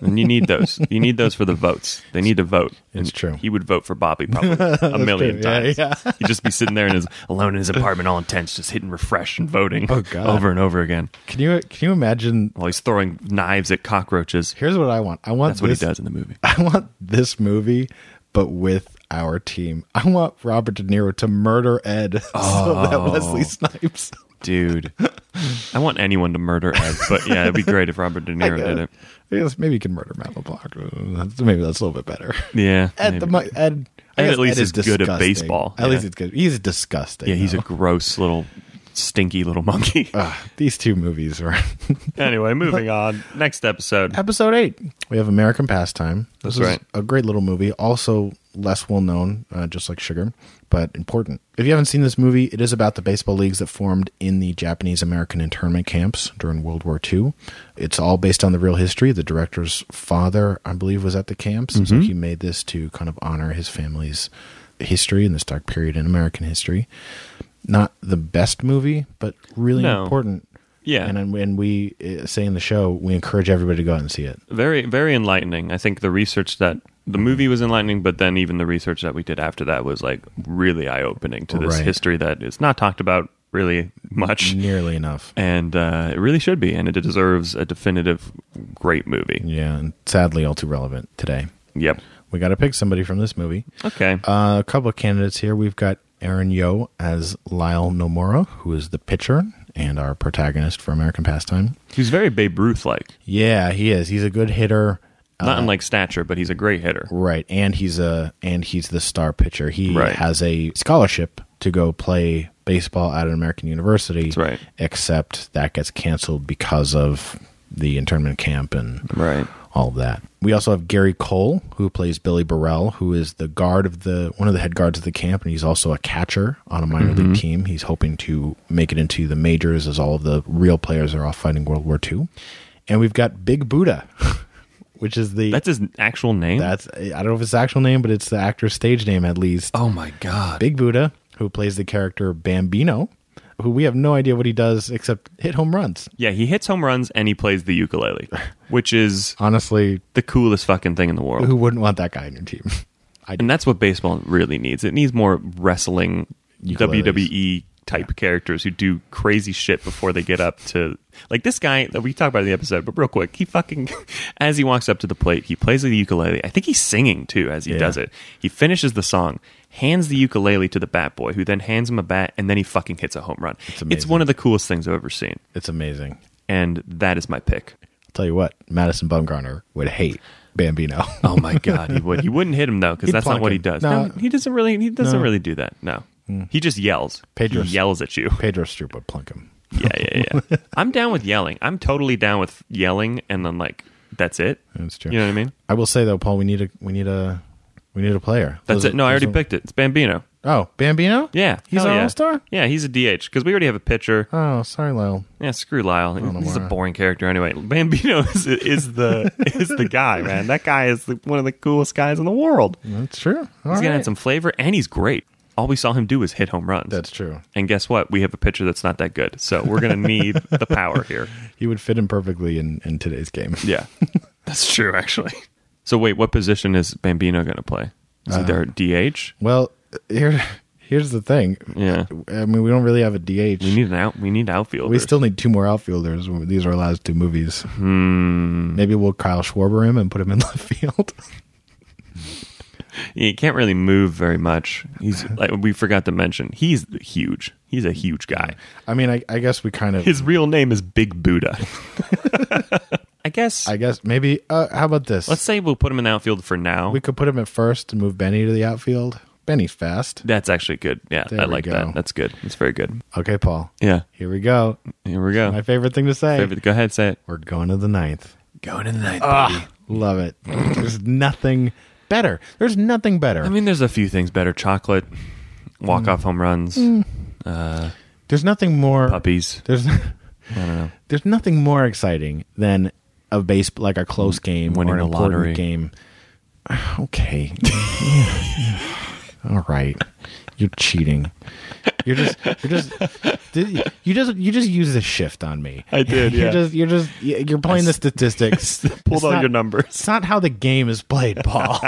And you need those. You need those for the votes. They need to vote.
It's
And
true.
He would vote for Bobby probably a million
true. Yeah,
times.
yeah.
He'd just be sitting there in his alone in his apartment, all intense, just hitting refresh and voting
Oh, God.
over and over again
Can you can you imagine?
while he's throwing knives at cockroaches.
Here's what I want. I want
That's what
this,
he does in the movie.
I want this movie, but with our team. I want Robert De Niro to murder Ed so
Oh.
that Wesley Snipes.
Dude, I want anyone to murder Ed, but yeah, it'd be great if Robert De Niro did it.
I guess maybe you can murder Matt LeBlanc. Uh, that's- Maybe that's a little bit better.
Yeah,
Ed,
maybe.
the, mo- Ed, I
Ed
guess
at least is good at
disgusting.
baseball,
At least
yeah.
it's good. He's disgusting.
yeah, he's a
though.
gross little, stinky little monkey.
Ugh, these two movies are
anyway, moving on. Next episode.
episode eight. We have American Pastime. This
That's
is
right.
a great little movie. Also less well known, uh, just like Sugar, but important. If you haven't seen this movie, it is about the baseball leagues that formed in the Japanese American internment camps during World War II. It's all based on the real history. The director's father, I believe, was at the camps, and
Mm-hmm.
so he made this to kind of honor his family's history in this dark period in American history. Not the best movie, but really
No.
important.
Yeah.
and then when we uh, say in the show, we encourage everybody to go out and see it.
Very, very enlightening. I think the research that the movie was enlightening, but then even the research that we did after that was like really eye opening to this
Right.
history that is not talked about really much.
nearly enough.
And uh, it really should be, and it deserves a definitive great movie.
Yeah, and sadly, all too relevant today.
Yep.
We got to pick somebody from this movie.
Okay.
Uh, a couple of candidates here. We've got Aaron Yo as Lyle Nomura, who is the pitcher and our protagonist for American Pastime.
He's very Babe Ruth like.
Yeah, he is. He's a good hitter.
Not in like stature, but he's a great hitter.
Right, and he's a and he's the star pitcher. He
Right.
has a scholarship to go play baseball at an American university. That's
right.
Except that gets canceled because of the internment camp and
Right.
all of that. We also have Gary Cole, who plays Billy Burrell, who is the guard of the one of the head guards of the camp, and he's also a catcher on a minor
Mm-hmm.
league team. He's hoping to make it into the majors as all of the real players are off fighting World War II. And we've got Big Buddha, which is the
That's his actual name.
that's I don't know if it's the actual name, but it's the actor's stage name at least.
oh my god.
Big Buddha, who plays the character Bambino, who we have no idea what he does except hit home runs.
Yeah, he hits home runs and he plays the ukulele, which is
Honestly,
the coolest fucking thing in the world.
who wouldn't want that guy on your team? I
and that's what baseball really needs. It needs more wrestling
Ukuleles.
WWE type characters who do crazy shit before they get up to like this guy that we talked about in the episode, but real quick, he fucking as he walks up to the plate, he plays the ukulele. I think he's singing too as he
Yeah.
does it. He finishes the song, hands the ukulele to the bat boy, who then hands him a bat, and then he fucking hits a home run. It's,
amazing.
one of the coolest things I've ever seen.
It's amazing.
And that is my pick.
I'll tell you what, Madison Bumgarner would hate Bambino.
Oh my god, he would. You wouldn't hit him though, because
He'd
that's not
plonk
what he
him.
does. No,
No.
he doesn't really. He doesn't
No. Hmm.
really do that. No, he just yells.
Pedro-
He yells at you.
Pedro Stroop would plunk him.
yeah, yeah, yeah. I'm down with yelling. I'm totally down with yelling, and then like that's it.
That's true.
You know what I mean?
I will say though, Paul, we need a we need a we need a player.
That's it. No, I already picked it. It's Bambino.
Oh, Bambino?
Yeah,
He's
hell
an
yeah.
all star?
Yeah, he's a DH because we already have a pitcher.
Oh, sorry, Lyle.
Yeah, screw Lyle.
know
He's a
why.
boring character anyway. Bambino is, is the is the guy, man. That guy is the, one of the coolest guys in the world.
That's true. All
he's gonna
right.
have some flavor, and he's great. All we saw him do is hit home runs.
That's true.
And guess what? We have a pitcher that's not that good. So we're going to need the power here.
He would fit in perfectly in, in today's game.
Yeah. That's true, actually. So, wait, what position is Bambino going to play? Is
Uh,
he their DH?
Well, here here's the thing.
Yeah.
I mean, we don't really have a DH.
We need an out. We need outfield.
We still need two more outfielders. when These are our last two movies.
Hmm.
Maybe we'll Kyle Schwarber him and put him in left field.
he can't really move very much. He's like we forgot to mention. He's huge. He's a huge guy.
I mean, I, I guess we kind of.
His real name is Big Buddha. I guess.
I guess maybe. Uh, how about this?
let's say we'll put him in outfield for now.
we could put him at first and move Benny to the outfield. Benny's fast.
that's actually good. Yeah,
There
I
we
like
go.
that. That's good. That's very good.
Okay, Paul.
Yeah.
Here we go.
Here we go.
My favorite thing to say.
Favorite- Go ahead, say it.
We're going to the ninth.
Going in the night,
Love it. There's nothing better. There's nothing better.
I mean, there's a few things better: chocolate,
Mm.
walk-off home runs,
there's nothing more.
puppies.
There's. There's nothing more exciting than a base like a close game
Winning
or an
the
important
lottery.
game. Okay. All right. You're cheating. You're just you're just did- you just you just use the shift on me.
I did, yeah.
You're just you're just you're playing the statistics.
pulled
It's
out
not-
your numbers.
It's not how the game is played, Paul.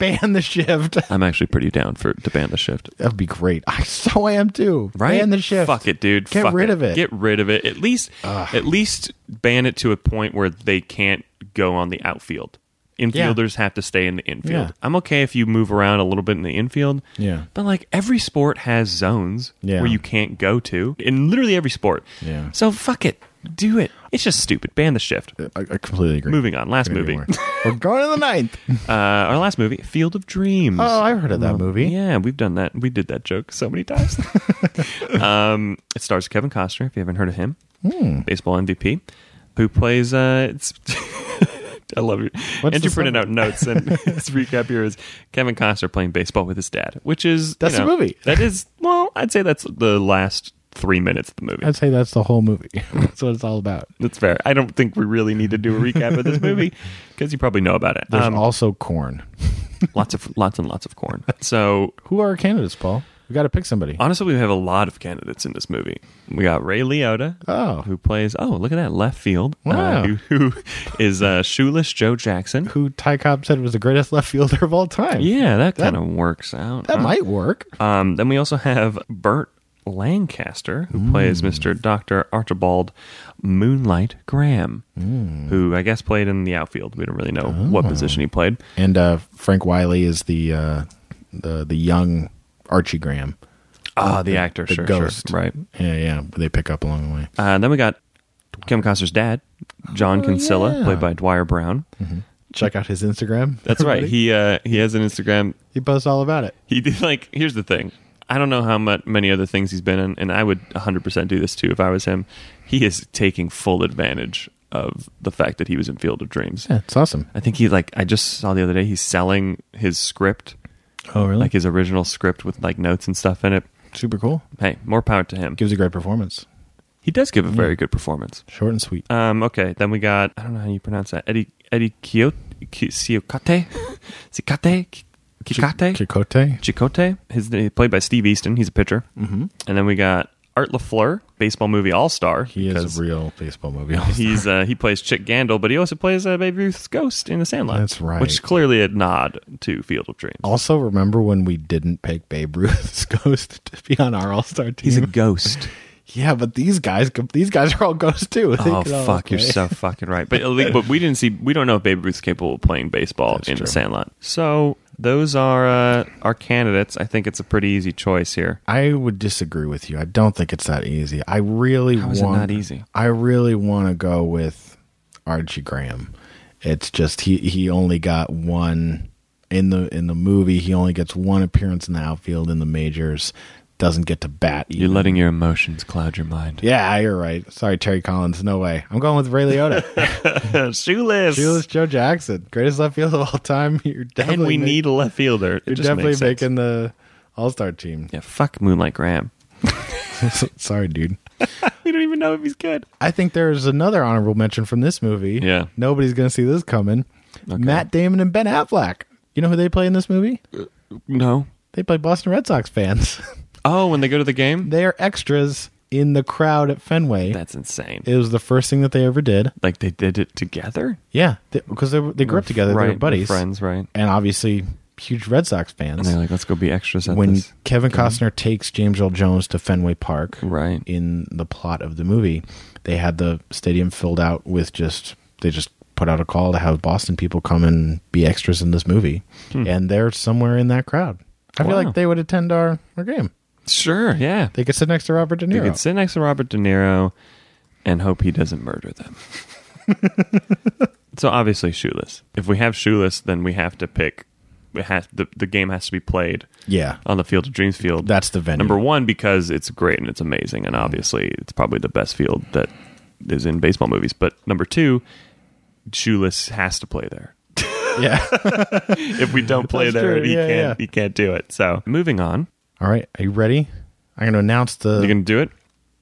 Ban the shift.
I'm actually pretty down for to ban the shift.
That'd be great. I so I am too.
Right?
Ban the shift.
Fuck it, dude.
Get
Fuck
rid of it.
Get rid of it. At least, at least ban it to a point where they can't go on the outfield. Infielders have to stay in the infield.
Yeah.
I'm okay if you move around a little bit in the infield.
Yeah.
But like every sport has zones
Yeah.
where you can't go to in literally every sport.
Yeah.
So fuck it. Do it. It's just stupid. Ban the shift.
I, I completely agree.
Moving on. Last movie.
Anyway, We're going to the ninth.
Uh, our last movie, Field of Dreams.
Oh, I've heard of that movie.
Yeah, we've done that. We did that joke so many times. um, it stars Kevin Costner, if you haven't heard of him,
Hmm.
baseball MVP, who plays. Uh, it's I love you.
What's
Andrew
the
printed
subject?
out notes, and his recap here is Kevin Costner playing baseball with his dad, which is you
That's the
know,
movie.
That is well, I'd say that's the last three minutes of the movie.
I'd say that's the whole movie. that's what it's all about.
That's fair. I don't think we really need to do a recap of this movie because you probably know about it.
There's
Um,
also corn.
lots of lots and lots of corn. So
Who are our candidates, Paul? We got to pick somebody.
Honestly, we have a lot of candidates in this movie. We got Ray Liotta,
Oh.
who plays oh look at that left field, uh,
Wow.
who, who is uh, shoeless Joe Jackson.
Who Ty Cobb said was the greatest left fielder of all time.
Yeah, that, kind of works out.
That
huh?
might work.
Um, then we also have Burt Lancaster,
Mm.
who plays Mr. Doctor Archibald Moonlight Graham,
Mm.
who I guess played in the outfield. We don't really know
Oh.
what position he played.
And uh, Frank Wiley is the uh, the the young Archie Graham.
Ah, the, actor,
the
sure,
ghost.
sure, right.
Yeah, yeah. They pick up along the way.
Uh, then we got Kevin Costner's dad, John Kinsella,
Oh, yeah.
played by Dwyer Brown.
Check out his Instagram.
That's right.
everybody.
He uh, he has an Instagram.
He posts all about it.
He did like here's the thing. I don't know how much, many other things he's been in, and I would 100% do this too if I was him. He is taking full advantage of the fact that he was in Field of Dreams.
Yeah, it's awesome.
I think he like I just saw the other day he's selling his script,
Oh, really?
like his original script with like notes and stuff in it.
Super cool.
Hey, more power to him.
Gives a great performance.
He does give a very good performance.
Short and sweet.
Um, okay, then we got I don't know how you pronounce that. Eddie Eddie Kiyot, Ki- Siokate, Sikate, Ki- Kikate,
Chicote.
Chicote. His he played by Steve Easton. He's a pitcher. Mm-hmm. And then we got Art LaFleur, baseball movie all star.
He is a real baseball movie.
He's uh, he plays Chick Gandil, but he also plays uh, Babe Ruth's ghost in The Sandlot.
That's right.
which is clearly a nod to Field of Dreams.
also, remember when we didn't pick Babe Ruth's ghost to be on our All Star team?
ghost.
yeah, but these guys, these guys are all ghosts too. They
Oh
could all
fuck, you're
play.
so fucking right. But at least- but we didn't see. We don't know if Babe Ruth's capable of playing baseball in The Sandlot. So those are uh, our candidates. I think it's a pretty easy choice here.
I would disagree with you. I don't think it's that easy. I really
How
want
is it not easy?
I really want to go with Archie Graham. It's just he he only got one in the in the movie. He only gets one appearance in the outfield in the majors. Doesn't get to bat.
You're
Even.
letting your emotions cloud your mind.
yeah, ah, you're right. Sorry, Terry Collins. No way. I'm going with Ray Liotta.
Shoeless.
Shoeless Joe Jackson, greatest left field of all time. You're definitely
And we
ma-
need a left fielder. It
You're
just
definitely
makes sense.
making the All Star team.
Yeah, fuck Moonlight Graham.
Sorry, dude.
We don't even know if he's good.
I think there's another honorable mention from this movie.
Yeah.
Nobody's going to see this coming. Matt Damon and Ben Affleck. You know who they play in this movie?
No.
They play Boston Red Sox fans.
Oh, when they go to the game?
they are extras in the crowd at Fenway.
That's insane.
it was the first thing that they ever did.
like they did it together?
Yeah. Because they, were- they grew up together.
right,
they were buddies.
Friends, right?
And obviously, huge Red Sox
And
fans.
they're like, let's go be extras at
when
this.
Kevin Costner takes James Earl Jones to Fenway Park,
Right.
in the plot of the movie, they had the stadium filled out with just they just put out a call to have Boston people come and be extras in this movie, and they're somewhere in that crowd. I feel
Hmm. Wow.
like they would attend our, our game.
Sure, yeah.
They could sit next to Robert De
They
Niro.
could sit next to Robert De Niro and hope he doesn't murder them. so obviously shoeless. If we have shoeless, then we have to pick it has the, the game has to be played
yeah,
on the field of dreams field.
that's the venue.
Number one, because it's great and it's amazing, and obviously it's probably the best field that is in baseball movies. But number two, Shoeless has to play there.
yeah.
If we don't play
That's
there,
true.
he
Yeah,
can't
yeah.
he can't do it. So moving on,
All right, are you ready? I'm going to announce the
you gonna do it?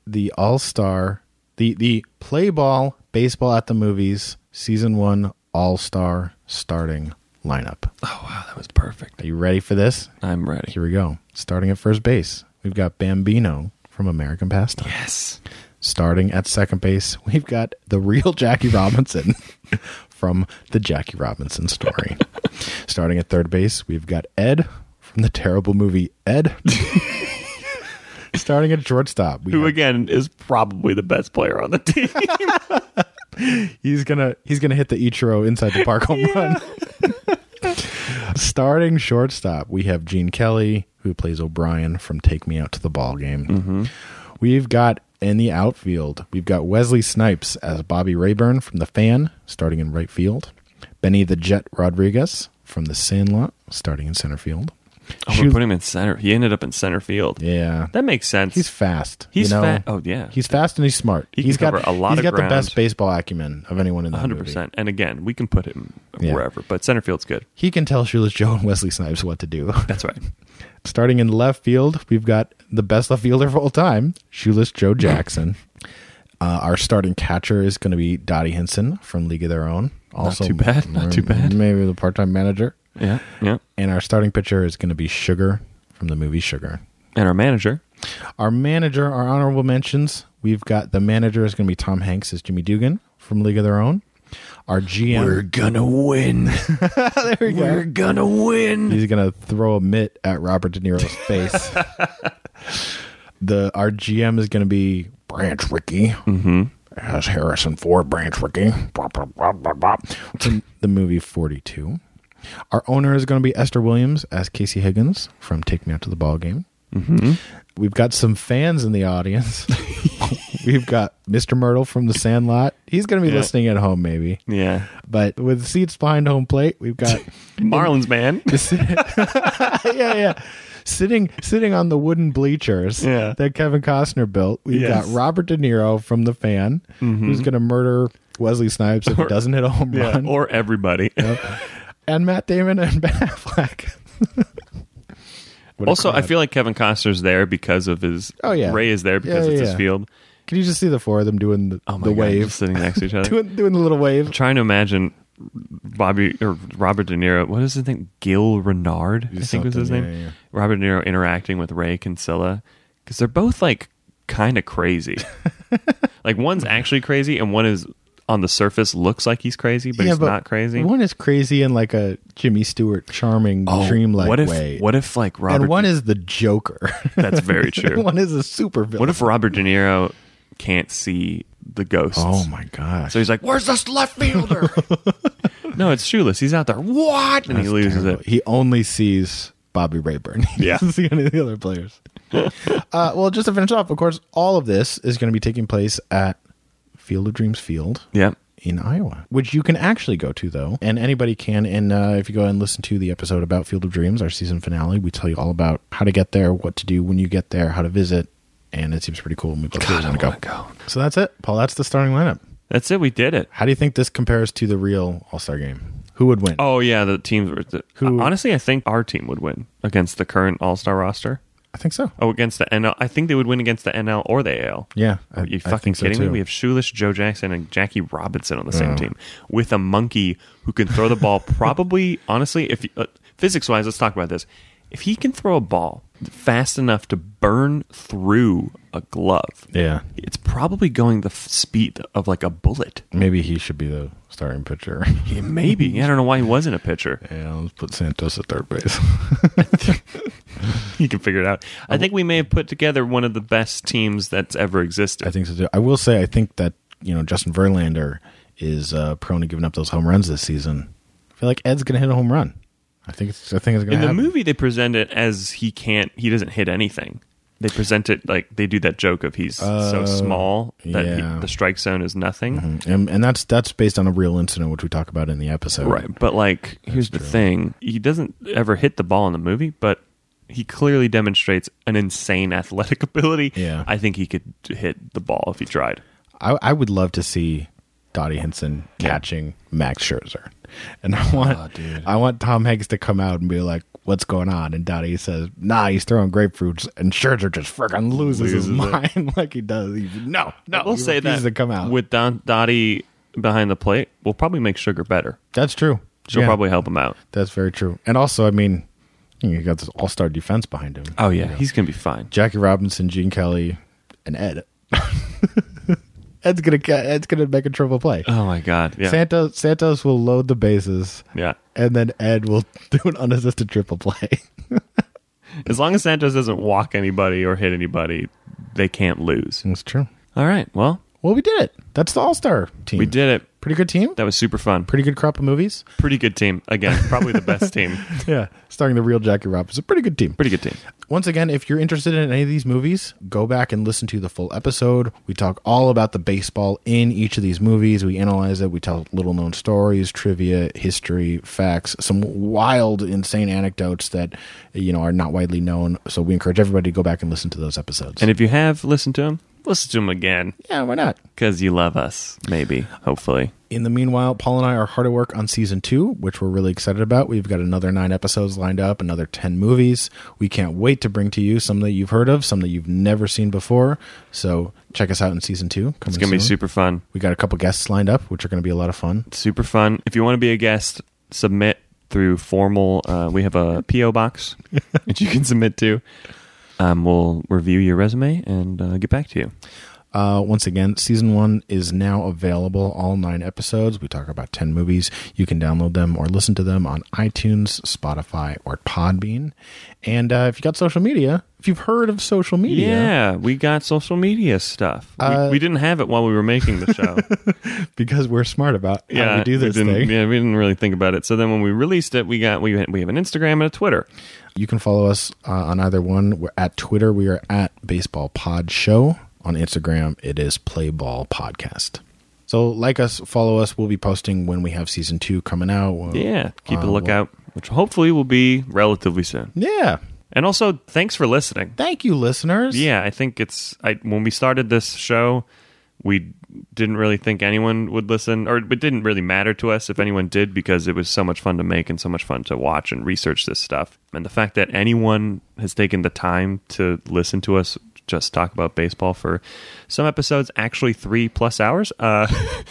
the All Star, the the Play Ball Baseball at the Movies season one All Star starting lineup.
Oh wow, that was perfect.
Are you ready for this?
I'm ready.
Here we go. Starting at first base, we've got Bambino from American Pastime.
Yes.
Starting at second base, we've got the real Jackie Robinson from the Jackie Robinson story. Starting at third base, we've got Ed from the terrible movie Ed. Starting at shortstop, we
Who
have-
again is probably the best player on the team? Oh,
he's gonna he's gonna hit the Ichiro inside the park home run. Starting shortstop, we have Gene Kelly, who plays O'Brien from Take Me Out to the Ball Game.
Mm-hmm.
We've got in the outfield, we've got Wesley Snipes as Bobby Rayburn from The Fan, starting in right field. Benny the Jet Rodriguez from The Sandlot, starting in center field.
oh, we
Shoe-
put him in center. He ended up in center field.
yeah,
That makes sense.
he's fast.
He's
you know?
fa- oh, yeah.
he's fast and he's smart.
He can
he's got
cover a lot
He's
of
got
ground.
the best baseball acumen of anyone in the
100%. And again, we can put him
Yeah.
wherever, but center field's good.
He can tell Shoeless Joe and Wesley Snipes what to do.
That's right.
Starting in left field, we've got the best left fielder of all time, Shoeless Joe Jackson. Uh, our starting catcher is going to be Dottie Henson from League of Their Own. Also,
too bad, not too bad.
Maybe the part-time manager.
Yeah. Yeah.
And our starting pitcher is going to be Sugar from the movie Sugar.
And our manager,
Our manager, our honorable mentions, we've got the manager is going to be Tom Hanks as Jimmy Dugan from League of Their Own. Our GM,
gonna win.
there you go.
gonna win.
He's gonna throw a mitt at Robert De Niro's face. the our GM is gonna be
Branch Rickey. Mm-hmm. As Harrison Ford, Branch Rickey. Blah, blah, blah, blah, blah.
from the movie Forty Two. Our owner is gonna be Esther Williams as Casey Higgins from Take Me Out to the Ball Game. We've got some fans in the audience. We've got Mr. Myrtle from The Sandlot. He's going to be
Yeah.
listening at home, maybe.
yeah,
But with seats behind home plate, we've got
Marlins man.
yeah, yeah. Sitting sitting on the wooden bleachers
Yeah.
that Kevin Costner built, we've
Yes. Mm-hmm.
got Robert De Niro from The Fan, who's going to murder Wesley Snipes if he
Or-
doesn't hit a home
Yeah,
run,
or everybody.
and Matt Damon and Ben Affleck. What a
also, I
crowd.
feel like Kevin Costner's there because of his.
Oh, yeah.
Ray is there because
Yeah,
it's
yeah,
his
yeah.
field.
Can you just see the four of them doing the,
Oh my
the
God,
wave,
just sitting next to each other.
doing, doing the little wave?
Trying to imagine Bobby or Robert De Niro. What is his name? Gil Renard, I think was his
something,
name.
yeah, yeah.
Robert De Niro interacting with Ray Kinsella because they're both like kind of crazy. like one's actually crazy, and one is on the surface looks like he's crazy, but he's not crazy. Oh,
One is crazy in like a Jimmy Stewart charming dreamlike
what if
way.
what if like Robert?
and one is the Joker.
that's very true.
one is a super villain.
what if Robert De Niro can't see the ghosts?
Oh my gosh.
So he's like, "Where's this left fielder?" no, it's shoeless. He's out there. What? And he loses it.
He only sees Bobby Rayburn. He
Yeah.
doesn't see any of the other players. uh, well, just to finish off, of course, all of this is going to be taking place at Field of Dreams Field
Yeah.
in Iowa, which you can actually go to though, and anybody can. And uh, if you go and listen to the episode about Field of Dreams, our season finale, we tell you all about how to get there, what to do when you get there, how to visit, and it seems pretty cool. And we both really want to go. So that's it, Paul. That's the starting lineup.
That's it. We did it.
How do you think this compares to the real All Star game? Who would win?
Oh yeah, the teams were. The,
Who-
honestly, I think our team would win against the current All Star roster.
I think so.
Oh, against the NL. I think they would win against the NL or the AL.
Yeah, I-
Are you
I
fucking
think so,
kidding me?
too. Oh.
We have Shoeless, Joe Jackson, and Jackie Robinson on the same team with a monkey who can throw the ball. Probably, honestly, if uh, physics wise, let's talk about this. If he can throw a ball fast enough to burn through a glove,
Yeah,
it's probably going the f- speed of like a bullet.
maybe he should be the starting pitcher.
Maybe I don't know why he wasn't a pitcher.
yeah, let's put Santos at third base.
You can figure it out.
Oh.
I think we may have put together one of the best teams that's ever
I
existed.
think so too. I will say, I think that you know Justin Verlander is uh, prone to giving up those home runs this season. I feel like Ed's gonna hit a home run. I think it's. I think it's gonna
In the
happen.
movie, they present it as he can't, he doesn't hit anything. They present it like they do that joke of he's so small that he-
Oh, yeah. Mm-hmm.
the strike zone is nothing.
and, and that's that's based on a real incident which we talk about in the episode.
Right. But like, here's the thing he doesn't ever hit the ball in the movie, but he clearly demonstrates an insane athletic ability.
Yeah.
I think he could hit the ball if he tried.
I, I would love to see Dottie Henson catching Max Scherzer, and I want
Ah,
I want Tom Hanks to come out and be like, "What's going on?" And Dottie says, "Nah, he's throwing grapefruits," and Scherzer just freaking loses, his mind like he does. He- no, no,
We'll
he
say that
refuses to come out.
with Don Dottie behind the plate, we'll probably make Sugar better.
that's true.
She'll
Yeah.
probably help him out.
That's very true. And also, I mean, you got this all star defense behind him.
Oh yeah, he's gonna be fine.
Jackie Robinson, Gene Kelly, and Ed. Ed's gonna ca- Ed's gonna make a triple play.
Oh my god, yeah,
Santos Santos will load the bases,
yeah.
and then Ed will do an unassisted triple play.
As long as Santos doesn't walk anybody or hit anybody, they can't lose.
That's true.
All right, well,
Well, we did it. That's the all star team.
we did it.
Pretty good team.
That was super fun.
Pretty good crop of movies.
Pretty good team. Again, probably the best team.
Yeah, starring the real Jackie Robinson. Pretty good team.
Pretty good team.
Once again, if you're interested in any of these movies, go back and listen to the full episode. We talk all about the baseball in each of these movies. We analyze it. We tell little known stories, trivia, history, facts, some wild, insane anecdotes that you know are not widely known. So we encourage everybody to go back and listen to those episodes.
And if you have listened to him, listen to him again
yeah, why not?
because you love us. Maybe, hopefully.
In the meanwhile, Paul and I are hard at work on season two, which we're really excited about. We've got another nine episodes lined up, another 10 movies. We can't wait to bring to you some that you've heard of, some that you've never seen before. So check us out in season two.
It's gonna be super fun.
We got a couple guests lined up, which are going to be a lot of fun.
super fun. If you want to be a guest, submit through formal. Uh, we have a PO box that you can submit to. Um, we'll review your resume and uh, get back to you.
Uh, once again, season one is now available, all nine episodes. We talk about 10 movies. You can download them or listen to them on iTunes, Spotify, or Podbean. And uh, if you got social media, if you've heard of social media, Uh,
Yeah, we got social media stuff. we, we didn't have it while we were making the show.
because we're smart about
yeah,
how we do this
didn't-
thing.
Yeah, we didn't really think about it. So then when we released it, we got we we have an Instagram and a Twitter.
You can follow us uh, on either one. We're at Twitter. We are at Baseball Pod Show. On Instagram, it is Playball Podcast. So like us, follow us. We'll be posting when we have season two coming out. We'll-
Yeah, keep a
uh,
lookout, which hopefully will be relatively soon.
we'll- yeah.
And also, thanks for listening.
Thank you, listeners.
Yeah, I think it's I when we started this show, we didn't really think anyone would listen or it didn't really matter to us if anyone did because it was so much fun to make and so much fun to watch and research this stuff. And the fact that anyone has taken the time to listen to us just talk about baseball for some episodes actually 3 plus hours, uh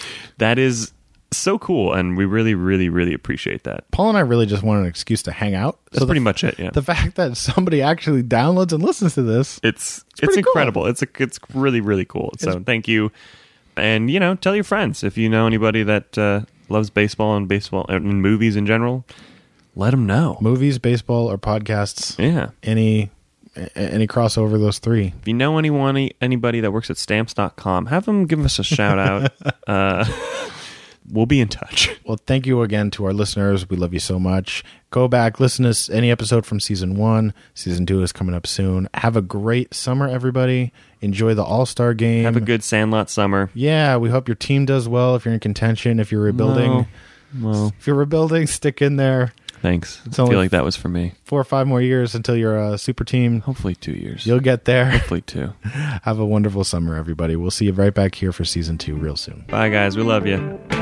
that is so cool, and we really, really, really appreciate that.
Paul and I really just wanted an excuse to hang out.
That's pretty much it, yeah.
The fact that somebody actually downloads and listens to this,
It's it's,
pretty cool.
incredible. It's a, it's really really cool. So thank you, and you know, tell your friends if you know anybody that uh, loves baseball and baseball and movies in general. Let them know.
movies, baseball, or podcasts,
Yeah,
any a- any crossover, those three.
if you know anyone anybody that works at stamps.com have them give us a shout out uh, we'll be in touch
Well, thank you again to our listeners. We love you so much. Go back, listen to any episode from season one. Season two is coming up soon. Have a great summer, everybody. Enjoy the All Star game.
have a good sandlot summer
Yeah, we hope your team does well. If you're in contention, if you're rebuilding,
no, no.
if you're rebuilding, stick in there.
thanks i
only-
feel like that was for me
Four or five more years until you're a super team.
hopefully two years
You'll get there.
hopefully two
Have a wonderful summer, everybody. We'll see you right back here for season two real soon.
bye guys we love you